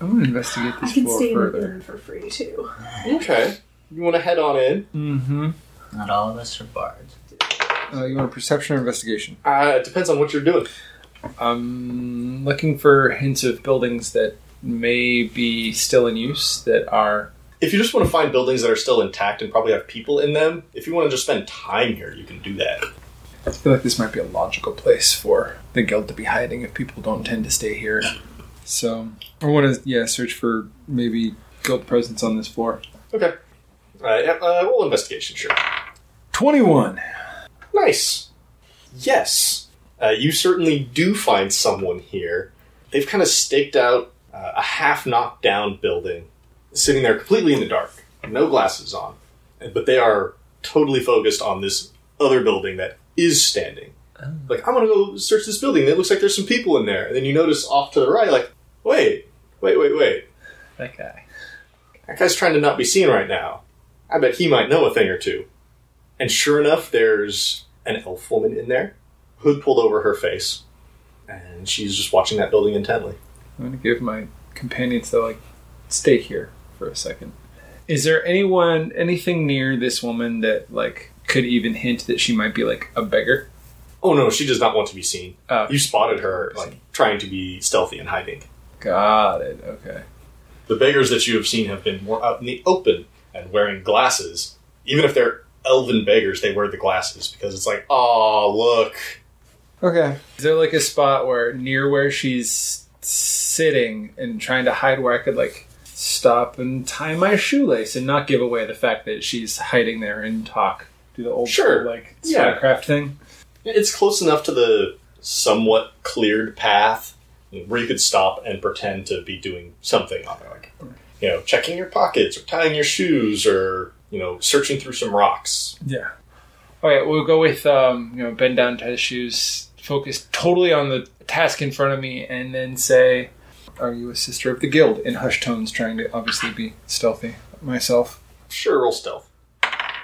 Speaker 6: I want to investigate this
Speaker 5: I can
Speaker 6: floor
Speaker 5: stay in
Speaker 6: further.
Speaker 5: England for free too.
Speaker 1: Okay, you want to head on in?
Speaker 6: Mm-hmm.
Speaker 4: Not all of us are bards.
Speaker 6: Uh, you want a perception or investigation?
Speaker 1: Uh, it depends on what you're doing.
Speaker 6: I'm looking for hints of buildings that may be still in use that are.
Speaker 1: If you just want to find buildings that are still intact and probably have people in them, if you want to just spend time here, you can do that.
Speaker 6: I feel like this might be a logical place for the guild to be hiding if people don't tend to stay here. So I want to yeah search for maybe guild presence on this floor.
Speaker 1: Okay. Uh, yeah, uh, roll investigation, sure.
Speaker 6: Twenty one.
Speaker 1: Nice. Yes. Uh, you certainly do find someone here. They've kind of staked out uh, a half knocked down building, sitting there completely in the dark, no glasses on. But they are totally focused on this other building that is standing. Like, I'm going to go search this building. It looks like there's some people in there. And then you notice off to the right, like, wait, wait, wait, wait.
Speaker 6: That guy.
Speaker 1: That guy's trying to not be seen right now. I bet he might know a thing or two. And sure enough, there's an elf woman in there, hood pulled over her face, and she's just watching that building intently.
Speaker 6: I'm gonna give my companions the like stay here for a second. Is there anyone anything near this woman that like could even hint that she might be like a beggar?
Speaker 1: Oh no, she does not want to be seen.
Speaker 6: Oh.
Speaker 1: You spotted her like trying to be stealthy and hiding.
Speaker 6: Got it. Okay.
Speaker 1: The beggars that you have seen have been more out in the open, and wearing glasses. Even if they're elven beggars, they wear the glasses because it's like, oh, look.
Speaker 6: Okay. Is there like a spot where near where she's sitting and trying to hide where I could like stop and tie my shoelace and not give away the fact that she's hiding there and talk? Do the old
Speaker 1: Sure.
Speaker 6: school, like
Speaker 1: Yeah.
Speaker 6: spycraft thing?
Speaker 1: It's close enough to the somewhat cleared path where you could stop and pretend to be doing something on there, like you know, checking your pockets or tying your shoes or you know, searching through some rocks.
Speaker 6: Yeah. All right, we'll go with um, you know bend down, tie the shoes, focus totally on the task in front of me, and then say, "Are you a sister of the guild?" In hushed tones, trying to obviously be stealthy myself.
Speaker 1: Sure, roll stealth.
Speaker 6: Uh,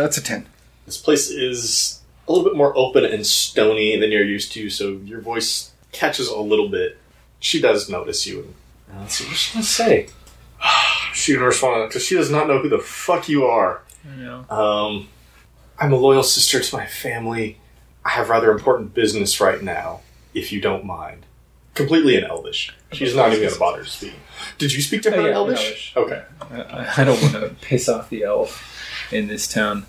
Speaker 6: that's a ten.
Speaker 1: This place is a little bit more open and stony than you're used to, so your voice catches a little bit. She does notice you. And, now let's see, what's she gonna say? she gonna respond because she does not know who the fuck you are.
Speaker 6: I know.
Speaker 1: Um, I'm a loyal sister to my family. I have rather important business right now, if you don't mind. Completely in Elvish. She's not even going to bother to speak. Did you speak to her
Speaker 6: Oh, Yeah,
Speaker 1: in
Speaker 6: yeah,
Speaker 1: Elvish?
Speaker 6: Elvish.
Speaker 1: Okay.
Speaker 6: I, I don't want to piss off the elf in this town.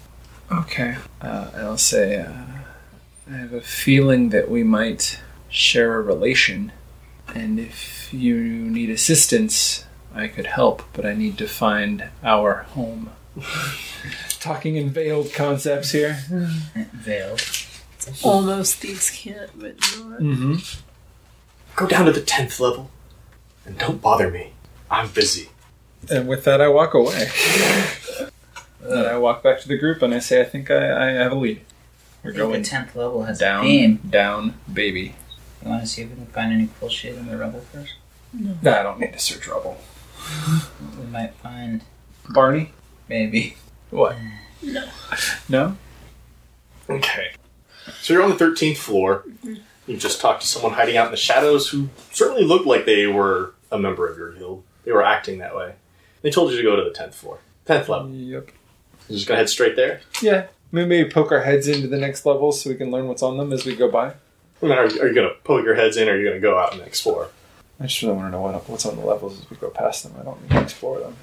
Speaker 6: Okay, uh, and I'll say, uh, I have a feeling that we might share a relation, and if you need assistance, I could help, but I need to find our home. Talking in veiled concepts here.
Speaker 4: Veil.
Speaker 7: Almost thieves can't, but not.
Speaker 6: Mm-hmm.
Speaker 1: Go down to the 10th level and don't bother me. I'm busy.
Speaker 6: And with that, I walk away. then Uh, I walk back to the group and I say, I think I, I have a lead. We're
Speaker 4: I think
Speaker 6: going
Speaker 4: the tenth level has
Speaker 6: down,
Speaker 4: a theme.
Speaker 6: down, baby.
Speaker 4: You want to see if we can find any cool shit in the rubble first?
Speaker 6: Nah, I don't need to search rubble.
Speaker 4: We might find
Speaker 6: Barney?
Speaker 4: maybe.
Speaker 6: What? No.
Speaker 1: Okay. So you're on the 13th floor. You just talked to someone hiding out in the shadows who certainly looked like they were a member of your guild. They were acting that way. They told you to go to the 10th floor. 10th
Speaker 6: No?
Speaker 1: level.
Speaker 6: Yep.
Speaker 1: You're just going to head straight there?
Speaker 6: Yeah. Maybe, maybe poke our heads into the next level so we can learn what's on them as we go by.
Speaker 1: I mean, are, are you going to poke your heads in or are you going to go out and explore?
Speaker 6: I just really want to know what, what's on the levels as we go past them. I don't need to explore them.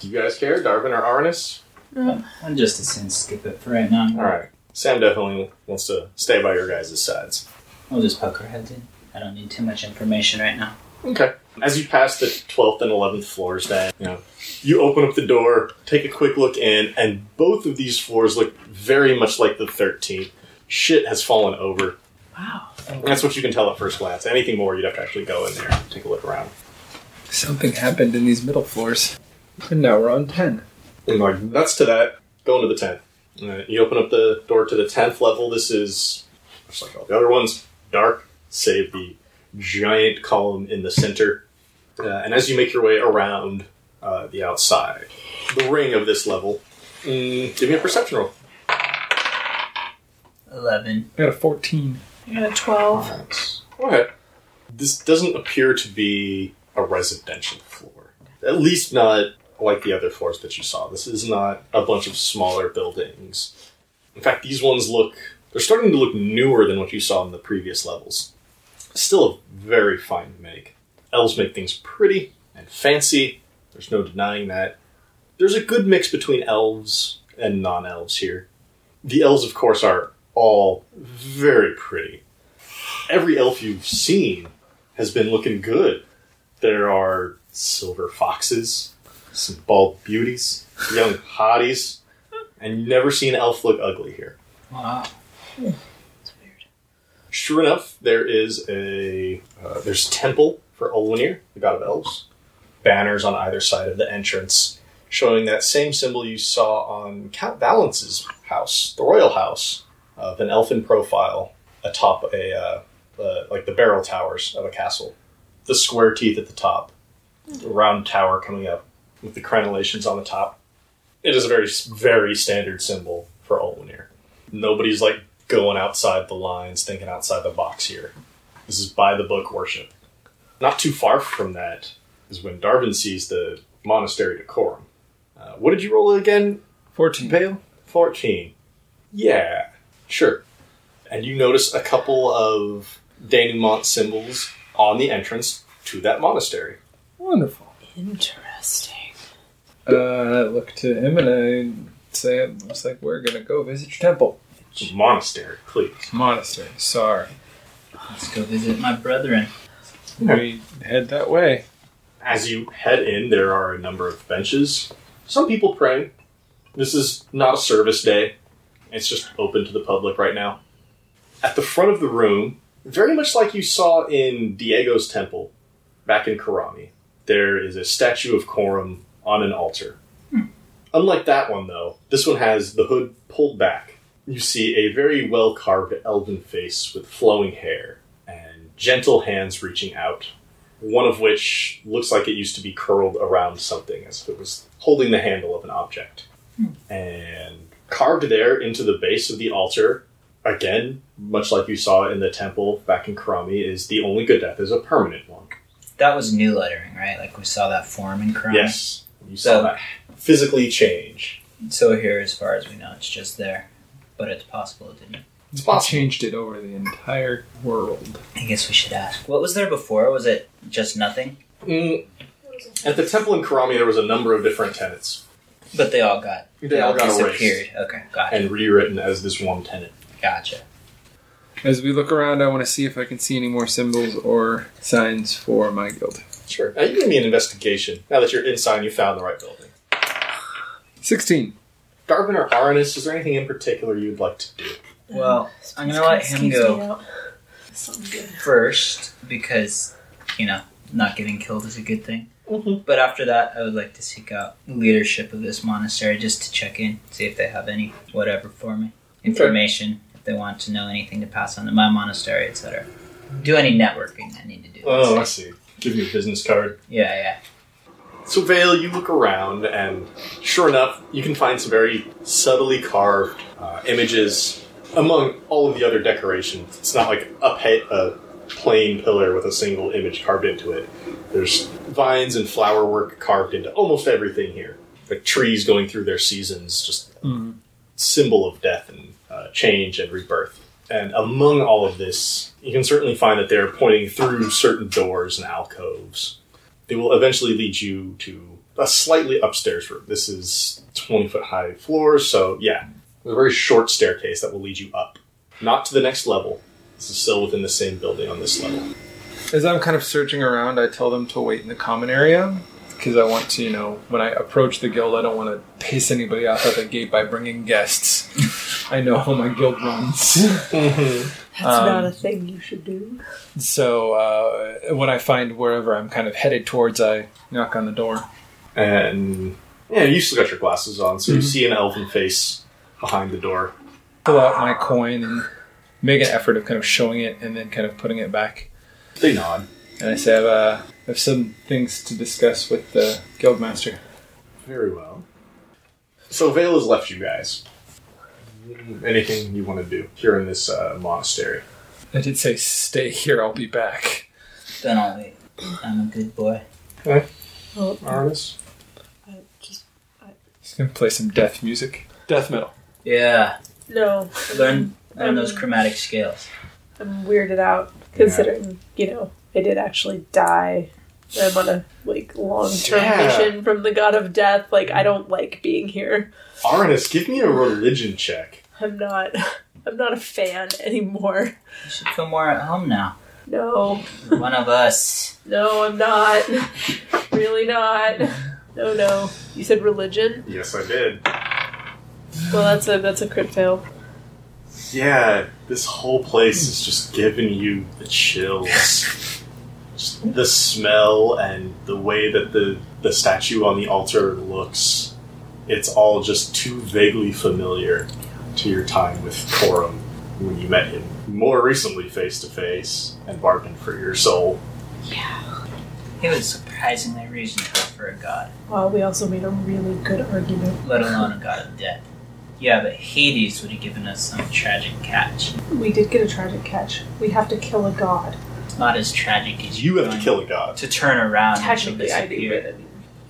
Speaker 1: Do you guys care, Darvin or Arnis?
Speaker 4: I'm just a sin skip it for right now.
Speaker 1: All right. Sam definitely wants to stay by your guys' sides.
Speaker 4: We'll just poke our heads in. I don't need too much information right now.
Speaker 1: Okay. As you pass the 12th and 11th floors, then, you know, you open up the door, take a quick look in, and both of these floors look very much like the 13th. Shit has fallen over.
Speaker 4: Wow.
Speaker 1: That's what you can tell at first glance. Anything more, you'd have to actually go in there and take a look around.
Speaker 6: Something happened in these middle floors. And now we're on 10.
Speaker 1: And like, that's to that. Go into the 10th. All right, you open up the door to the 10th level. This is, just like all the other ones, dark, save the giant column in the center. Uh, and as you make your way around uh, the outside, the ring of this level, mm, give me a perception roll.
Speaker 4: Eleven.
Speaker 6: I got a 14.
Speaker 5: I got a 12.
Speaker 1: Alright. Go ahead. This doesn't appear to be a residential floor. At least not like the other floors that you saw. This is not a bunch of smaller buildings. In fact, these ones look they're starting to look newer than what you saw in the previous levels. Still a very fine make. Elves make things pretty and fancy. There's no denying that. There's a good mix between elves and non-elves here. The elves of course are all very pretty every elf you've seen has been looking good. There are silver foxes, some bald beauties, young hotties, and you never see an elf look ugly here.
Speaker 4: Wow.
Speaker 1: Sure enough, there is a uh, there's a temple for Olwenir, the god of elves. Banners on either side of the entrance showing that same symbol you saw on Count Valence's house, the royal house, of an elfin profile atop a uh, uh, like the barrel towers of a castle. The square teeth at the top, the round tower coming up with the crenellations on the top. It is a very very standard symbol for Olwenir nobody's like going outside the lines, thinking outside the box here. This is by the book worship. Not too far from that is when Darwin sees the monastery decorum. Uh, what did you roll again?
Speaker 6: 14.
Speaker 1: Pale? 14. Yeah, sure. And you notice a couple of denouement symbols on the entrance to that monastery.
Speaker 6: Wonderful.
Speaker 5: Interesting.
Speaker 6: Uh, I look to him and I say, it looks like we're gonna go visit your temple.
Speaker 1: Monastery, please.
Speaker 6: Monastery, sorry.
Speaker 4: Let's go visit my brethren.
Speaker 6: We head that way.
Speaker 1: As you head in, there are a number of benches. Some people pray. This is not a service day, it's just open to the public right now. At the front of the room, very much like you saw in Diego's temple back in Karami, there is a statue of Coram on an altar. Unlike that one, though, this one has the hood pulled back. You see a very well carved elven face with flowing hair and gentle hands reaching out one of which looks like it used to be curled around something as if it was holding the handle of an object. Hmm. And carved there into the base of the altar, again, much like you saw in the temple back in Karami, is the only good death is a permanent one.
Speaker 4: That was new lettering, right? Like we saw that form in Chrome.
Speaker 1: Yes, you saw
Speaker 4: So-
Speaker 1: that physically change.
Speaker 4: So here, as far as we know, it's just there, but it's possible it didn't.
Speaker 1: It's
Speaker 6: I
Speaker 1: possible.
Speaker 6: changed it over the entire world.
Speaker 4: I guess we should ask. What was there before? Was it just nothing?
Speaker 1: Mm, At the temple in Karami, there was a number of different tenets
Speaker 4: But they all got
Speaker 1: They all got erased.
Speaker 4: disappeared. Okay, gotcha,
Speaker 1: and rewritten as this one tenet.
Speaker 4: gotcha.
Speaker 6: As we look around, I want to see if I can see any more symbols or signs for my guild.
Speaker 1: Sure. Now you give me an investigation. Now that you're inside, you found the right building.
Speaker 6: 16.
Speaker 1: Darwin or Aranus, is there anything in particular you'd like to do?
Speaker 4: Well, I'm gonna let him go first because you know not getting killed is a good thing.
Speaker 1: Mhm.
Speaker 4: But after that, I would like to seek out leadership of this monastery just to check in, see if they have any whatever for me information. If they want to know anything to pass on to my monastery, etc. Do any networking I need to do.
Speaker 1: Oh, I see. Give me a business card.
Speaker 4: Yeah, yeah.
Speaker 1: So Vale, you look around, and sure enough, you can find some very subtly carved uh, images among all of the other decorations. It's not like a, pa- a plain pillar with a single image carved into it. There's vines and flower work carved into almost everything here, like trees going through their seasons, just symbol of death and uh, change and rebirth. And among all of this, you can certainly find that they're pointing through certain doors and alcoves they will eventually lead you to a slightly upstairs room. This is 20 foot high floors, so yeah, a very short staircase that will lead you up, not to the next level. This is still within the same building on this level.
Speaker 6: As I'm kind of searching around, I tell them to wait in the common area because I want to, you know, when I approach the guild, I don't want to piss anybody off at the gate by bringing guests. I know how my guild runs.
Speaker 5: That's not a thing you should do.
Speaker 6: so uh, when I find wherever I'm kind of headed towards, I knock on the door.
Speaker 1: And yeah, you still got your glasses on, so you see an elven face behind the door.
Speaker 6: pull out my coin and make an effort of kind of showing it and then kind of putting it back.
Speaker 1: They nod.
Speaker 6: And I say, I've, uh, I have some things to discuss with the guildmaster.
Speaker 1: Very well. So Vale has left you guys. Anything you want to do here in this uh, monastery?
Speaker 6: I did say, stay here, I'll be back.
Speaker 4: Then I'll wait. I'm a good boy.
Speaker 5: Well,
Speaker 1: Arnis?
Speaker 5: I just
Speaker 6: Just gonna play some death music. Death metal.
Speaker 4: Yeah.
Speaker 5: no.
Speaker 4: Learn learn those chromatic scales.
Speaker 5: I'm weirded out considering you know I did actually die. I'm on a like long term
Speaker 1: Yeah.
Speaker 5: mission from the god of death. Like I don't like being here.
Speaker 1: Arnis, give me a religion check.
Speaker 5: I'm not. I'm not a fan anymore.
Speaker 4: You should feel more at home now.
Speaker 5: No,
Speaker 4: You're One of us.
Speaker 5: no, I'm not. Really not. No, no. You said religion.
Speaker 1: Yes, I did.
Speaker 5: Well, that's a that's a crit fail.
Speaker 1: Yeah, this whole place is just giving you the chills. just the smell and the way that the, the statue on the altar looks. It's all just too vaguely familiar to your time with Corum when you met him more recently face to face and bargained for your soul.
Speaker 4: He was surprisingly reasonable for a god,
Speaker 5: Well, we also made a really good argument.
Speaker 4: let alone a god of death. Yeah, but Hades would have given us some tragic catch.
Speaker 5: We did get a tragic catch. We have to kill a god.
Speaker 4: It's not as tragic as
Speaker 1: You have to
Speaker 4: going
Speaker 1: kill a god.
Speaker 4: to turn around. and
Speaker 5: Technically, I do,
Speaker 4: disappear.
Speaker 5: but I mean,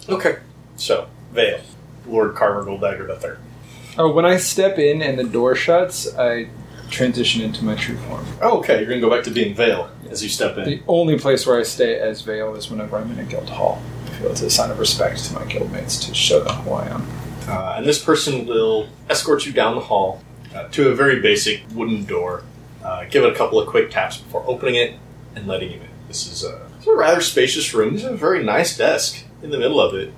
Speaker 1: Okay. So, Vale, Lord Carver Goldagger the Third.
Speaker 6: Oh, when I step in and the door shuts, I transition into my true form.
Speaker 1: Oh, okay, you're gonna go back to being Vale as you step in.
Speaker 6: The only place where I stay as Vale is whenever I'm in a guild hall. feel it's a sign of respect to my guildmates to show them who I am.
Speaker 1: Uh, and this person will escort you down the hall uh, to a very basic wooden door. Uh, give it a couple of quick taps before opening it and letting you in. This is a, it's a rather spacious room. There's a very nice desk in the middle of it,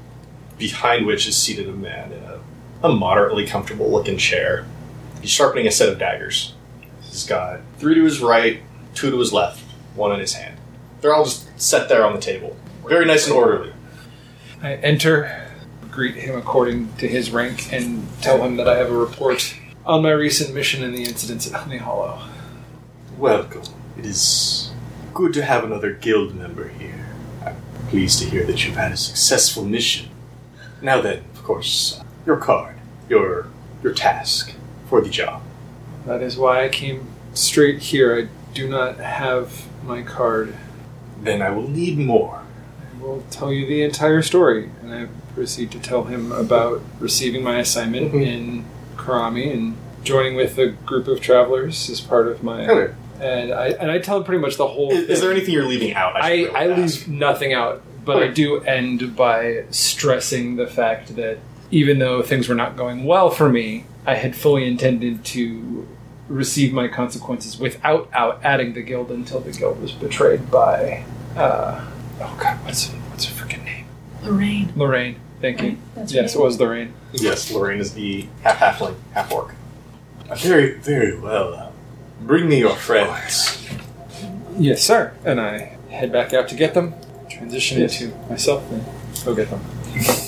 Speaker 1: behind which is seated a man in a, a moderately comfortable looking chair. He's sharpening a set of daggers. He's got three to his right, two to his left, one in his hand. They're all just set there on the table. Very nice and orderly.
Speaker 6: I enter, greet him according to his rank, and tell him that I have a report on my recent mission and the incidents at Honey Hollow.
Speaker 1: Welcome. It is good to have another guild member here. I'm pleased to hear that you've had a successful mission. Now then, of course, uh, your card, your your task for the job.
Speaker 6: That is why I came straight here. I do not have my card.
Speaker 1: Then I will need more.
Speaker 6: I will tell you the entire story, and I proceed to tell him about receiving my assignment
Speaker 1: Mhm.
Speaker 6: in Karami and joining with a group of travelers as part of my.
Speaker 1: Okay.
Speaker 6: And I and I tell him pretty much the whole.
Speaker 1: Oh. Is, is
Speaker 6: thing.
Speaker 1: there anything you're leaving out?
Speaker 6: I,
Speaker 1: should
Speaker 6: I
Speaker 1: really
Speaker 6: leave
Speaker 1: ask?
Speaker 6: nothing out, but I
Speaker 1: Okay.
Speaker 6: do end by stressing the fact that even though things were not going well for me, I had fully intended to receive my consequences without out adding the guild until the guild was betrayed by. Uh, oh God, what's what's her freaking name?
Speaker 5: Lorraine.
Speaker 6: Lorraine. Thank you.
Speaker 2: That's
Speaker 6: Yes, it
Speaker 2: right.
Speaker 6: was Lorraine.
Speaker 1: Yes, Lorraine is the half halfling, half orc. Uh, Very, very well. Uh, bring me your friends.
Speaker 6: Yes, sir. And I head back out to get them. Transition
Speaker 1: Yes.
Speaker 6: into myself and go get them.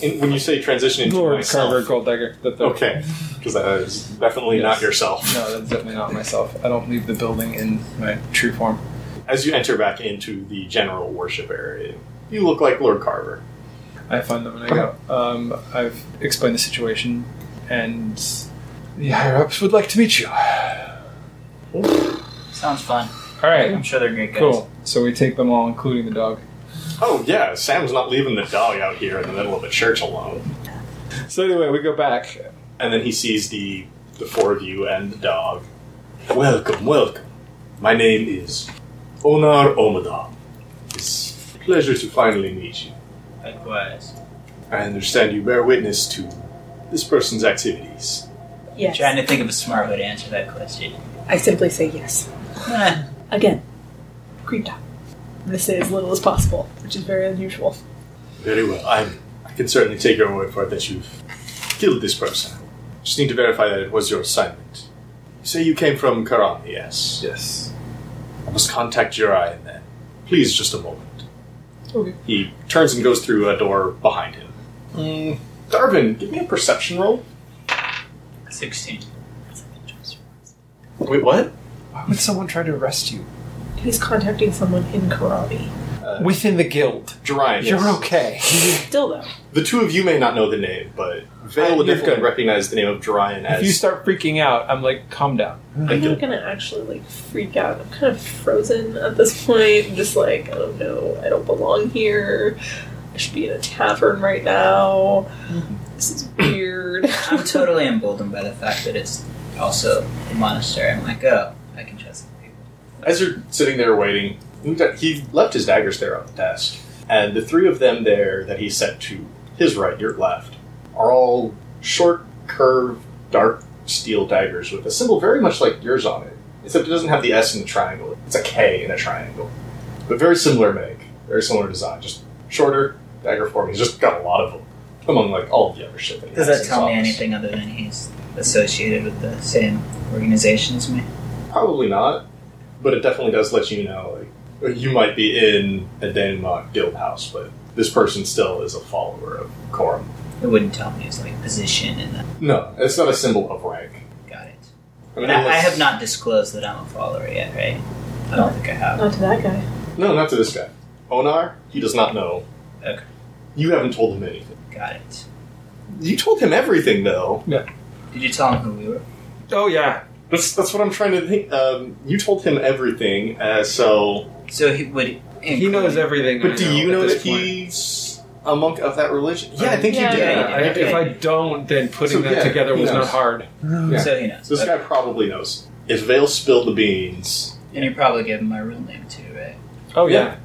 Speaker 1: And when you say transition into
Speaker 6: Lord
Speaker 1: myself,
Speaker 6: Carver Gold Dagger. The third.
Speaker 1: okay, because that is definitely
Speaker 6: Yes.
Speaker 1: not yourself.
Speaker 6: No, that's definitely not myself. I don't leave the building in my true form.
Speaker 1: As you enter back into the general worship area, you look like Lord Carver.
Speaker 6: I find them when I go. Um, I've explained the situation, and the higher ups would like to meet you. All
Speaker 4: Sounds fun. I'm
Speaker 6: right,
Speaker 4: sure they're great guys.
Speaker 6: cool. So we take them all, including the dog.
Speaker 1: Oh yeah, Sam's not leaving the dog out here in the middle of a church alone.
Speaker 6: So anyway, we go back.
Speaker 1: And then he sees the the four of you and the dog. Welcome, welcome. My name is Onar Omada. It's a pleasure to finally meet you.
Speaker 4: Likewise.
Speaker 1: I understand you bear witness to this person's activities.
Speaker 5: Yes.
Speaker 4: Trying to think of a smart way to answer that question.
Speaker 5: I simply say yes.
Speaker 4: Eh,
Speaker 5: Again, creeped out. I'm gonna say as little as possible, which is very unusual.
Speaker 1: Very well. I'm, I can certainly take your word for it that you've killed this person. Just need to verify that it was your assignment. You say you came from Karan, yes.
Speaker 6: Yes.
Speaker 1: I must contact Jirai and then. Please, just a moment.
Speaker 6: Okay.
Speaker 1: He turns and goes through a door behind him. Mm, Darvin, give me a perception roll.
Speaker 4: 16.
Speaker 1: Wait, what?
Speaker 6: Why would someone try to arrest you
Speaker 5: He's contacting someone in karate.
Speaker 6: within the guild?
Speaker 1: Jirai,
Speaker 6: You're
Speaker 1: yes.
Speaker 6: okay.
Speaker 5: Still though.
Speaker 1: The two of you may not know the name, but Vale would
Speaker 6: you're
Speaker 1: definitely
Speaker 6: good.
Speaker 1: recognize the name of Jorian as.
Speaker 6: if you start freaking out, I'm like, calm down.
Speaker 1: Thank
Speaker 5: I'm
Speaker 1: you.
Speaker 5: not gonna actually like freak out. I'm kind of frozen at this point. I'm just like, I don't know, I don't belong here. I should be in a tavern right now. This is weird.
Speaker 4: I'm totally emboldened by the fact that it's also a monastery. I'm like, oh, I can trust the people.
Speaker 1: As you're sitting there waiting, he got- he left his daggers there on the desk, and the three of them there that he set to his right, your left, are all short, curved, dark steel daggers with a symbol very much like yours on it, except it doesn't have the S in the triangle. It's a K in a triangle, but very similar make, very similar design, just shorter dagger form. He's just got a lot of them among like all the other shit. That he
Speaker 4: Does
Speaker 1: has
Speaker 4: that
Speaker 1: in his
Speaker 4: tell me
Speaker 1: office.
Speaker 4: anything other than he's associated with the same organization as me?
Speaker 1: Probably not, but it definitely does let you know like you might be in a Denmark guild house, but this person still is a follower of Corum.
Speaker 4: It wouldn't tell me his like position and that.
Speaker 1: No, it's not a symbol of rank.
Speaker 4: Got it.
Speaker 1: I,
Speaker 4: But I, I
Speaker 1: unless-
Speaker 4: have not disclosed that I'm a follower yet, right? I don't think I have.
Speaker 5: Not to that guy.
Speaker 1: No, not to this guy. Onar, he does not know.
Speaker 4: Okay.
Speaker 1: You haven't told him anything.
Speaker 4: Got it.
Speaker 1: You told him everything, though.
Speaker 4: Did you tell him who we were?
Speaker 6: Oh yeah.
Speaker 1: That's that's what I'm trying to think. Um, you told him everything, uh, so.
Speaker 4: So he would.
Speaker 6: He knows everything. I
Speaker 1: But do you
Speaker 6: at
Speaker 1: know
Speaker 6: this
Speaker 1: that
Speaker 6: point.
Speaker 1: he's a monk of that religion? Yeah, I think
Speaker 7: Yeah,
Speaker 1: you
Speaker 7: yeah,
Speaker 1: did.
Speaker 6: Yeah, I-
Speaker 4: Yeah.
Speaker 6: if I don't, then putting
Speaker 1: So,
Speaker 6: that
Speaker 1: yeah,
Speaker 6: together
Speaker 1: he
Speaker 6: was not
Speaker 1: knows.
Speaker 6: hard.
Speaker 1: Yeah.
Speaker 4: So he knows.
Speaker 1: So this guy
Speaker 4: Okay.
Speaker 1: probably knows. If Vale spilled the beans,
Speaker 4: And you probably gave him my real name too, right?
Speaker 6: Oh
Speaker 1: Yeah.
Speaker 6: yeah.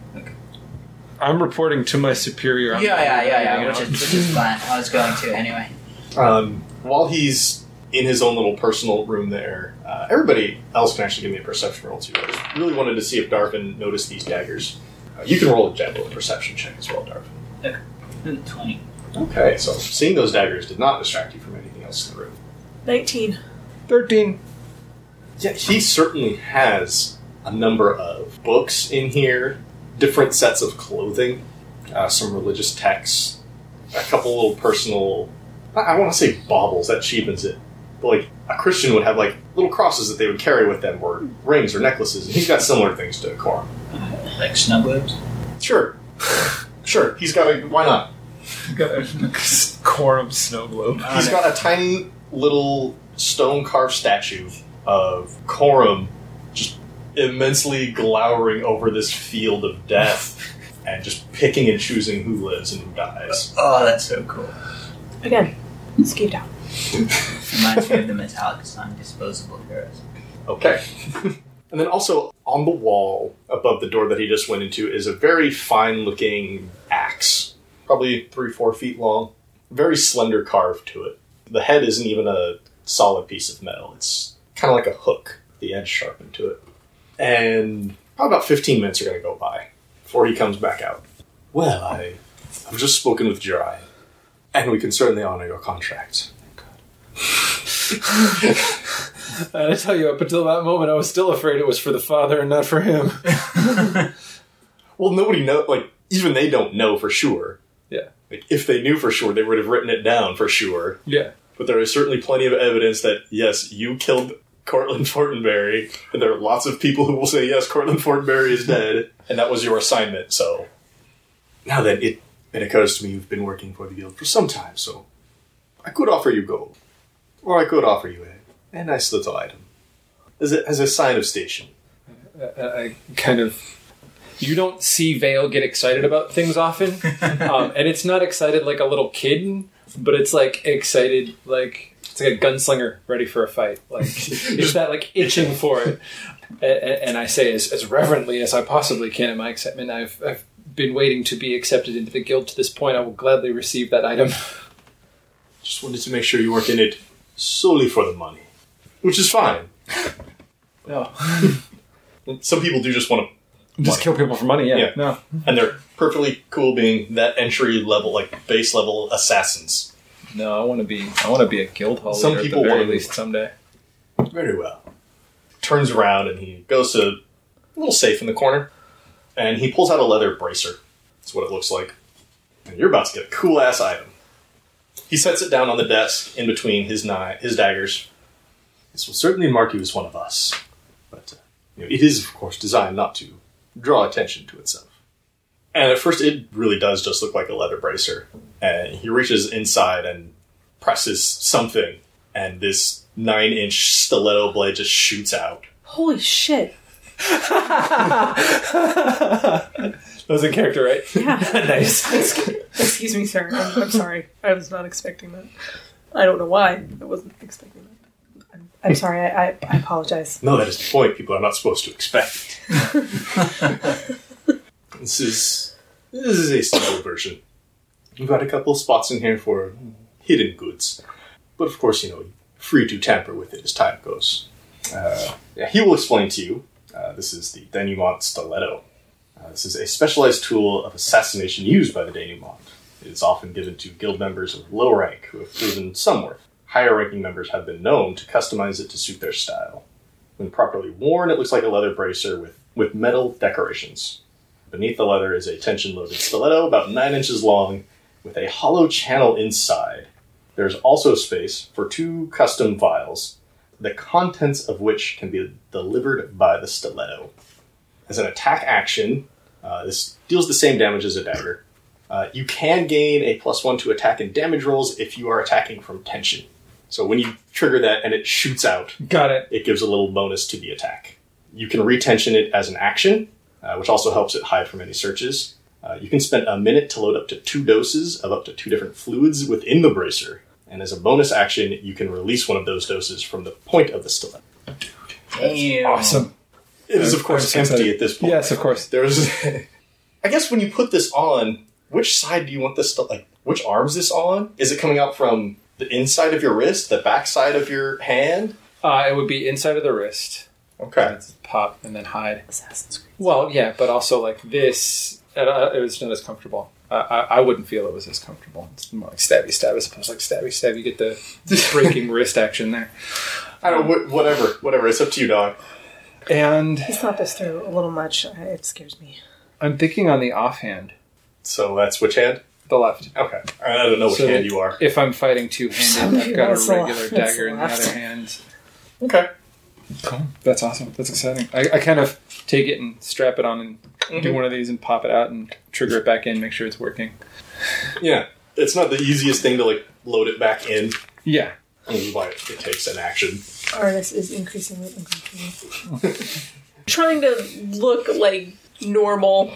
Speaker 6: I'm reporting to my superior. I'm
Speaker 4: yeah,
Speaker 6: not
Speaker 4: yeah, yeah,
Speaker 6: reporting,
Speaker 4: yeah.
Speaker 6: you
Speaker 4: Which
Speaker 6: know?
Speaker 4: is, which is fine. I was going to anyway.
Speaker 1: Um, while he's in his own little personal room there, uh, everybody else can actually give me a perception roll too. I just really wanted to see if Darvin noticed these daggers. Uh, you can roll a javelin perception check as well, Darvin.
Speaker 4: Twenty.
Speaker 1: Okay, so seeing those daggers did not distract you from anything else in the room.
Speaker 5: 19.
Speaker 6: 13.
Speaker 1: Yeah, he certainly has a number of books in here, different sets of clothing, uh, some religious texts, a couple little personal. I, I want to say baubles. That cheapens it. But like a Christian would have like little crosses that they would carry with them, or rings or necklaces, and he's got similar things to Corum.
Speaker 4: Like snubwebs.
Speaker 1: Sure, sure. He's got a why not?
Speaker 6: Got a quorum snow globe.
Speaker 1: He's got a tiny little stone carved statue of Corum just immensely glowering over this field of death and just picking and choosing who lives and who dies.
Speaker 4: Oh, that's so cool.
Speaker 5: Again, skeeved out.
Speaker 4: Reminds me of the Metallica song "Disposable Heroes."
Speaker 1: Okay. and then also on the wall above the door that he just went into is a very fine looking axe, probably three, four feet long, very slender carve to it. The head isn't even a solid piece of metal, it's kind of like a hook, the edge sharpened to it. And probably about 15 minutes are going to go by before he comes back out. Well, I, I've just spoken with Jirai, and we can certainly honor your contract.
Speaker 3: I tell you, up until that moment, I was still afraid it was for the father and not for him.
Speaker 1: Well, nobody know. Like even they don't know for sure.
Speaker 3: Yeah.
Speaker 1: Like, if they knew for sure, they would have written it down for sure.
Speaker 3: Yeah.
Speaker 1: But there is certainly plenty of evidence that yes, you killed Cortland Fortenberry, and there are lots of people who will say yes, Cortland Fortenberry is dead, and that was your assignment. So now then, it it occurs to me you've been working for the guild for some time, so I could offer you gold, or I could offer you a, a nice little item um, as a, as a sign of station.
Speaker 3: I, I kind of. You don't see Vale get excited about things often, um, and it's not excited like a little kid, but it's like excited like it's like a gunslinger ready for a fight. Like it's that like itching for it. A- a- And I say as, as reverently as I possibly can in my excitement, I've, I've been waiting to be accepted into the guild to this point. I will gladly receive that item.
Speaker 1: Just wanted to make sure you weren't in it solely for the money, which is fine.
Speaker 6: No.
Speaker 1: Some people do just want
Speaker 6: Just kill people for money, yeah.
Speaker 1: Yeah.
Speaker 6: No.
Speaker 1: to, and they're perfectly cool being that entry level, like base level assassins.
Speaker 6: No, I want to be I want to be a guild hall
Speaker 1: Some
Speaker 6: leader
Speaker 1: people
Speaker 6: at the very
Speaker 1: wanna be.
Speaker 6: least someday.
Speaker 1: Very well. Turns around and he goes to a little safe in the corner, and he pulls out a leather bracer. That's what it looks like. And you're about to get a cool ass item. He sets it down on the desk in between his knife, his daggers. This will certainly mark you as one of us, but uh, you know, it is of course designed not to draw attention to itself. And at first, it really does just look like a leather bracer. And he reaches inside and presses something, and this nine-inch stiletto blade just shoots out.
Speaker 5: Holy shit.
Speaker 3: That was in character, right? nice.
Speaker 5: Excuse me, sir. I'm, I'm sorry. I was not expecting that. I don't know why. I wasn't expecting that. I'm, I'm sorry. I, I, I apologize.
Speaker 1: No, that is the point. People are not supposed to expect. it. this is this is a simple version. We've got a couple of spots in here for hidden goods, but of course, you know, free to tamper with it as time goes. Uh, yeah, he will explain to you. Uh, this is the denouement stiletto. Uh, this is a specialized tool of assassination used by the denouement. It is often given to guild members of low rank who have proven some worth. Higher ranking members have been known to customize it to suit their style. When properly worn, it looks like a leather bracer with, with metal decorations. Beneath the leather is a tension loaded stiletto about 9 inches long with a hollow channel inside. There's also space for two custom vials, the contents of which can be delivered by the stiletto. As an attack action, uh, this deals the same damage as a dagger. Uh, you can gain a plus one to attack and damage rolls if you are attacking from tension. So when you trigger that and it shoots out,
Speaker 3: Got it.
Speaker 1: it gives a little bonus to the attack. You can retension it as an action, uh, which also helps it hide from any searches. Uh, you can spend a minute to load up to two doses of up to two different fluids within the bracer. And as a bonus action, you can release one of those doses from the point of the stiletto.
Speaker 4: Damn.
Speaker 3: Awesome.
Speaker 1: It is, of
Speaker 3: I'm
Speaker 1: course,
Speaker 3: just
Speaker 1: empty
Speaker 3: excited.
Speaker 1: at this point.
Speaker 3: Yes, of course.
Speaker 1: There's I guess when you put this on, which side do you want this stuff? Like, which arm's this on? Is it coming out from the inside of your wrist, the backside of your hand?
Speaker 3: Uh, it would be inside of the wrist.
Speaker 1: Okay.
Speaker 3: Pop and then hide.
Speaker 5: Assassin's Creed.
Speaker 3: Well, yeah, but also like this, it, uh, it was not as comfortable. I, I, I wouldn't feel it was as comfortable. It's more like stabby stab as opposed to like stabby stab. You get the breaking wrist action there.
Speaker 1: I don't. Wh- whatever. Whatever. It's up to you, dog.
Speaker 3: And
Speaker 5: He's thought this through a little much. I- It scares me.
Speaker 3: I'm thinking on the offhand,
Speaker 1: So that's which hand?
Speaker 3: the left.
Speaker 1: Okay. I don't know which
Speaker 3: So-
Speaker 1: hand you are.
Speaker 3: If I'm fighting two handed, I've got a
Speaker 5: That's the-
Speaker 3: regular
Speaker 5: that's
Speaker 3: dagger
Speaker 5: the
Speaker 3: in the
Speaker 5: left.
Speaker 3: other hand.
Speaker 1: Okay.
Speaker 3: Cool. That's awesome. That's exciting. I, I kind of take it and strap it on and
Speaker 6: Mm-hmm.
Speaker 3: do one of these and pop it out and trigger it back in, make sure it's working.
Speaker 1: Yeah. It's not the easiest thing to like load it back in.
Speaker 3: Yeah.
Speaker 1: This is why it takes an action.
Speaker 5: Arnis is increasingly uncomfortable.
Speaker 7: Trying to look like normal,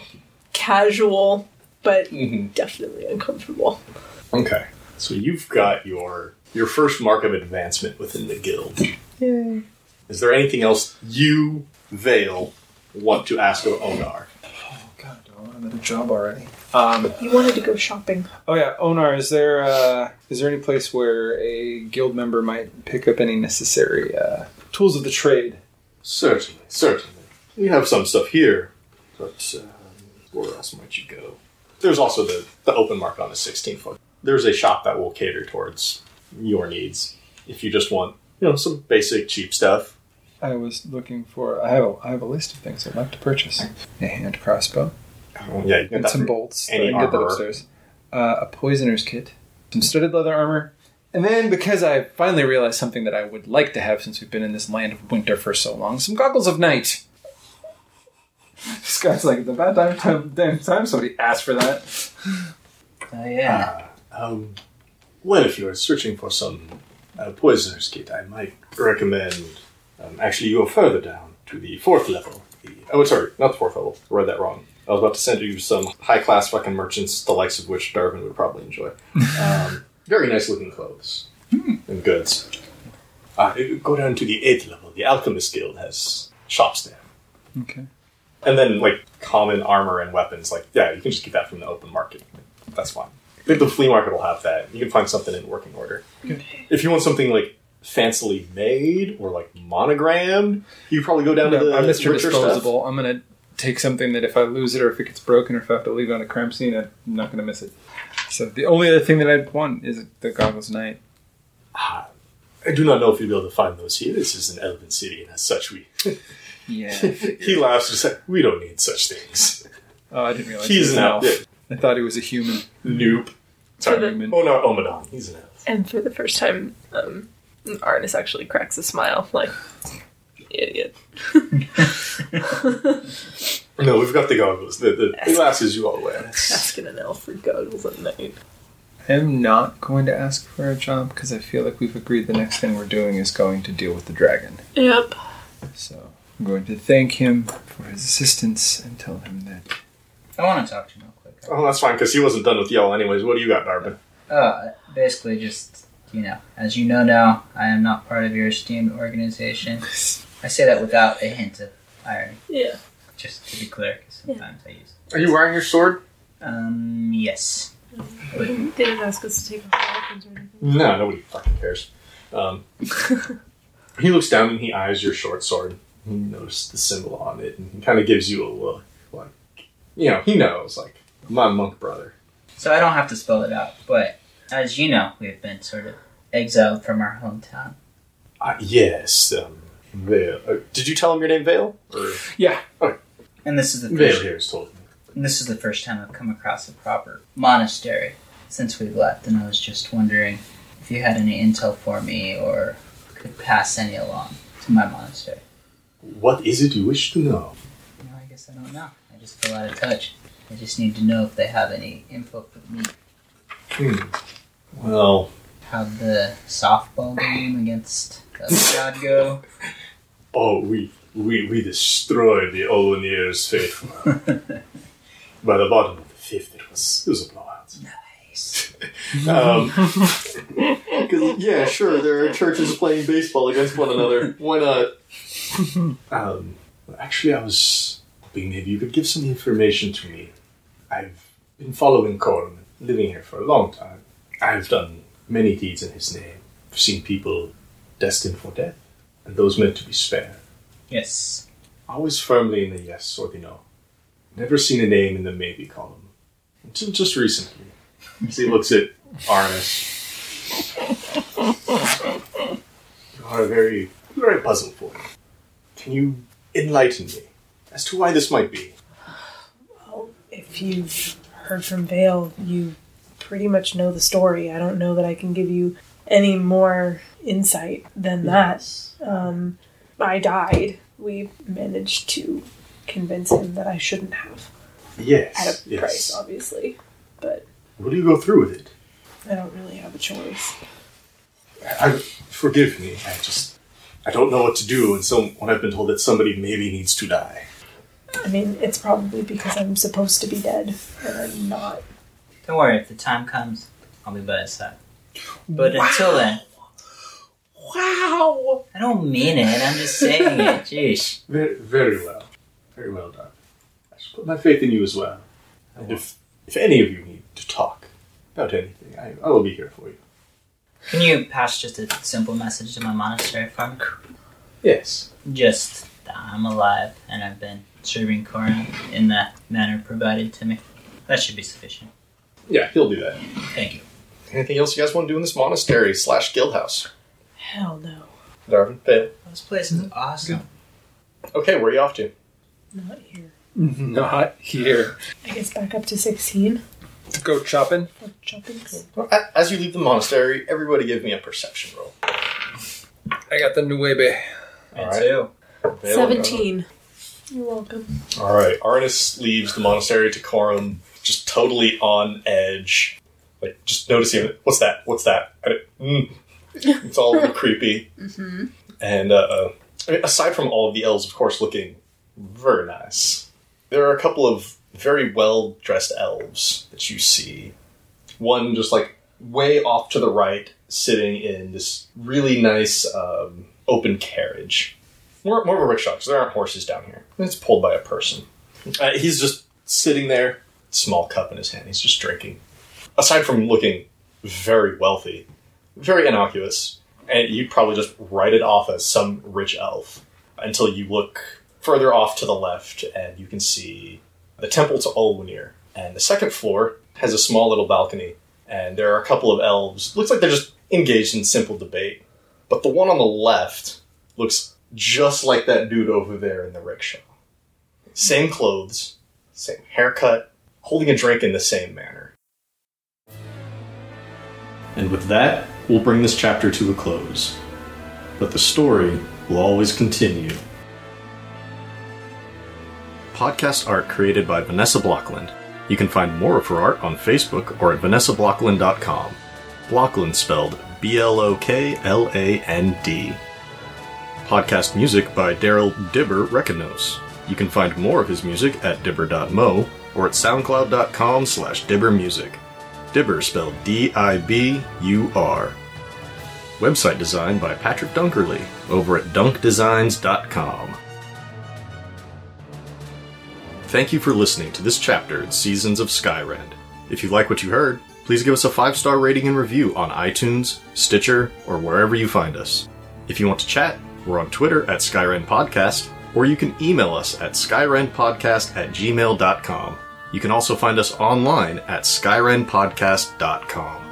Speaker 7: casual, but
Speaker 1: Mhm.
Speaker 7: definitely uncomfortable.
Speaker 1: Okay. So you've got your your first mark of advancement within the guild. Is there anything else you, Vale, want to ask of Onar?
Speaker 6: Oh god, do I want another job already?
Speaker 3: Um,
Speaker 5: You wanted to go shopping.
Speaker 3: oh yeah, Onar, is there uh, is there any place where a guild member might pick up any necessary uh, tools of the trade?
Speaker 1: Certainly, certainly. We have some stuff here, but um, where else might you go? There's also the, the open market on the 16 foot. There's a shop that will cater towards your needs if you just want, you know, some basic cheap stuff.
Speaker 6: I was looking for. I have a, I have a list of things I'd like to purchase: a hand crossbow
Speaker 1: Oh, yeah, you can get
Speaker 6: and
Speaker 1: that
Speaker 6: some
Speaker 1: from-
Speaker 6: bolts.
Speaker 1: any
Speaker 6: I can get that
Speaker 1: armorer.
Speaker 6: upstairs. Uh, a poisoner's kit, some studded leather armor, and then because I finally realized something that I would like to have since we've been in this land of winter for so long: some goggles of night. This guy's like the bad time, time, damn time somebody asked for that.
Speaker 4: Oh yeah.
Speaker 1: Um, well, if you are searching for some uh, poisoner's kit, I might recommend. Um, actually, you go further down to the fourth level. The, oh, sorry, not the fourth level. I read that wrong. I was about to send you some high class fucking merchants, the likes of which Darwin would probably enjoy. Um, very nice looking clothes
Speaker 6: Hmm.
Speaker 1: and goods. Uh, go down to the eighth level. The Alchemist Guild has shops there.
Speaker 6: Okay.
Speaker 1: And then, like, common armor and weapons. Like, yeah, you can just get that from the open market. That's fine. I think the flea market will have that. You can find something in working order. If you want something, like, fancily made or, like, monogrammed, you probably go down to
Speaker 6: No,
Speaker 1: the
Speaker 6: I'm Mr.
Speaker 1: richer
Speaker 6: Disposable. I'm gonna take something that if I lose it or if it gets broken or if I have to leave it on a crime scene, I'm not gonna miss it. So the only other thing that I'd want is the goggles night.
Speaker 1: Stuff. Ah, I do not know if you'll be able to find those here. This is an elven city, and as such, we...
Speaker 6: Yeah.
Speaker 1: he laughs and says, we don't need such things.
Speaker 6: oh, I didn't realize he
Speaker 1: He's
Speaker 6: was
Speaker 1: an elf. Yeah.
Speaker 6: I thought he was a human.
Speaker 1: Noob. Sorry.
Speaker 6: Human.
Speaker 1: Oh, no, Omidon. He's an elf.
Speaker 5: And for the first time, um, Arnis actually cracks a smile, like, idiot.
Speaker 1: No, we've got the goggles. The, the, the glasses you all wear.
Speaker 5: Asking an elf for goggles at night.
Speaker 6: I'm not going to ask for a job because I feel like we've agreed the next thing we're doing is going to deal with the dragon.
Speaker 7: Yep.
Speaker 6: So I'm going to thank him for his assistance and tell him that
Speaker 4: I want to talk to him real quick.
Speaker 1: Oh, that's fine, because he wasn't done with y'all anyways. What do you got, Darwin?
Speaker 4: Uh, basically, just you know, as you know now, I am not part of your esteemed organization. I say that without a hint of irony.
Speaker 7: Yeah.
Speaker 4: Just to be clear, 'cause sometimes I use.
Speaker 1: Are you wearing your sword?
Speaker 4: Um, yes.
Speaker 5: Mm-hmm.
Speaker 7: They didn't ask us to take off our weapons or anything.
Speaker 1: No, nobody fucking cares. Um, he looks down and he eyes your short sword. He notices the symbol on it and he kind of gives you a look. Like, you know, he knows, like, my monk brother.
Speaker 4: So I don't have to spell it out, but as you know, we've been sort of exiled from our hometown.
Speaker 1: Uh, yes, um, Vale. Uh, did you tell him your name, Vale? Or
Speaker 4: And this is the
Speaker 1: Vale
Speaker 4: first,
Speaker 1: here has told me.
Speaker 4: and this is the first time I've come across a proper monastery since we left, and I was just wondering if you had any intel for me or could pass any along to my monastery.
Speaker 1: What is it you wish to know?
Speaker 4: No, I guess I don't know. I just feel out of touch. I just need to know if they have any info for me.
Speaker 1: Well,
Speaker 4: How'd the softball game against the God go?
Speaker 1: oh, we we, we destroyed the Olenir's faithful. By the bottom of the fifth, it was, it was a blowout.
Speaker 4: Nice.
Speaker 1: Um, 'cause, yeah, sure, there are churches playing baseball against one another. Why not? Um, actually, I was hoping maybe you could give some information to me I've been following Korn, living here for a long time. I've done many deeds in his name. I've seen people destined for death, and those meant to be spared.
Speaker 4: Yes.
Speaker 1: Always firmly in the yes or the no. Never seen a name in the maybe column. Until just recently. As he looks at Arnis. you are a very you are a puzzle for me. Can you enlighten me as to why this might be?
Speaker 8: If you've heard from Vale, you pretty much know the story. I don't know that I can give you any more insight than that. Um, I died. We managed to convince him that I shouldn't have
Speaker 1: Yes.
Speaker 8: at a
Speaker 1: yes.
Speaker 8: price, obviously. But
Speaker 1: Will you go through with it?
Speaker 8: I don't really have a choice.
Speaker 1: I, forgive me. I just I don't know what to do, and so when I've been told that somebody maybe needs to die.
Speaker 8: I mean, it's probably because I'm supposed to be dead, and I'm not.
Speaker 4: Don't worry, if the time comes, I'll be by his side. But until then,
Speaker 5: Wow.
Speaker 4: I don't mean it, I'm just saying it. Jeez.
Speaker 1: Very, very well, very well done. I should put my faith in you as well. And if if any of you need to talk about anything, I, I will be here for you.
Speaker 4: Can you pass just a simple message to my monastery farm?
Speaker 1: Yes.
Speaker 4: Just that I'm alive and I've been serving Corin in the manner provided to me. That should be sufficient.
Speaker 1: Yeah, he'll do that.
Speaker 4: Thank you.
Speaker 1: Anything else you guys want to do in this monastery slash guild house?
Speaker 8: Hell no,
Speaker 1: Darvin, fail.
Speaker 4: This place is awesome.
Speaker 1: Okay, where are you off to?
Speaker 8: not here.
Speaker 3: Not here.
Speaker 8: I guess back up to sixteen
Speaker 3: Go chopping.
Speaker 8: for choppings.
Speaker 1: Well, a- As you leave the monastery, everybody give me a perception roll.
Speaker 3: I got the nuebe.
Speaker 4: Me
Speaker 1: Alright.
Speaker 4: too.
Speaker 1: Vale,
Speaker 5: You're welcome.
Speaker 1: All right, Arnis leaves the monastery to Corum, just totally on edge, like just noticing what's that? What's that? I don't- mm. It's all a little creepy. And uh, uh, I mean, aside from all of the elves, of course, looking very nice, there are a couple of very well dressed elves that you see. One just like way off to the right, sitting in this really nice um, open carriage more, more of a rickshaw because there aren't horses down here. It's pulled by a person. Uh, he's just sitting there, small cup in his hand. He's just drinking. Aside from looking very wealthy, very innocuous, and you'd probably just write it off as some rich elf until you look further off to the left and you can see the temple to Olwenir. And the second floor has a small little balcony, and there are a couple of elves. Looks like they're just engaged in simple debate. But the one on the left looks just like that dude over there in the rickshaw. Same clothes, same haircut, holding a drink in the same manner. And with that, we'll bring this chapter to a close. But the story will always continue. Podcast art created by Vanessa Blockland. You can find more of her art on Facebook or at vanessablockland.com. Blockland spelled B L O K L A N D. Podcast music by Daryl Dibber Reconos. You can find more of his music at dibber.mo or at soundcloud.com slash dibbermusic. Dibber spelled D-I-B-U-R. Website design by Patrick Dunkerley over at dunkdesigns.com. Thank you for listening to this chapter in Seasons of Skyrend. If you like what you heard, please give us a five-star rating and review on iTunes, Stitcher, or wherever you find us. If you want to chat, we're on Twitter at Skyren Podcast, or you can email us at skyrenpodcast at gmail.com. You can also find us online at skyrenpodcast.com.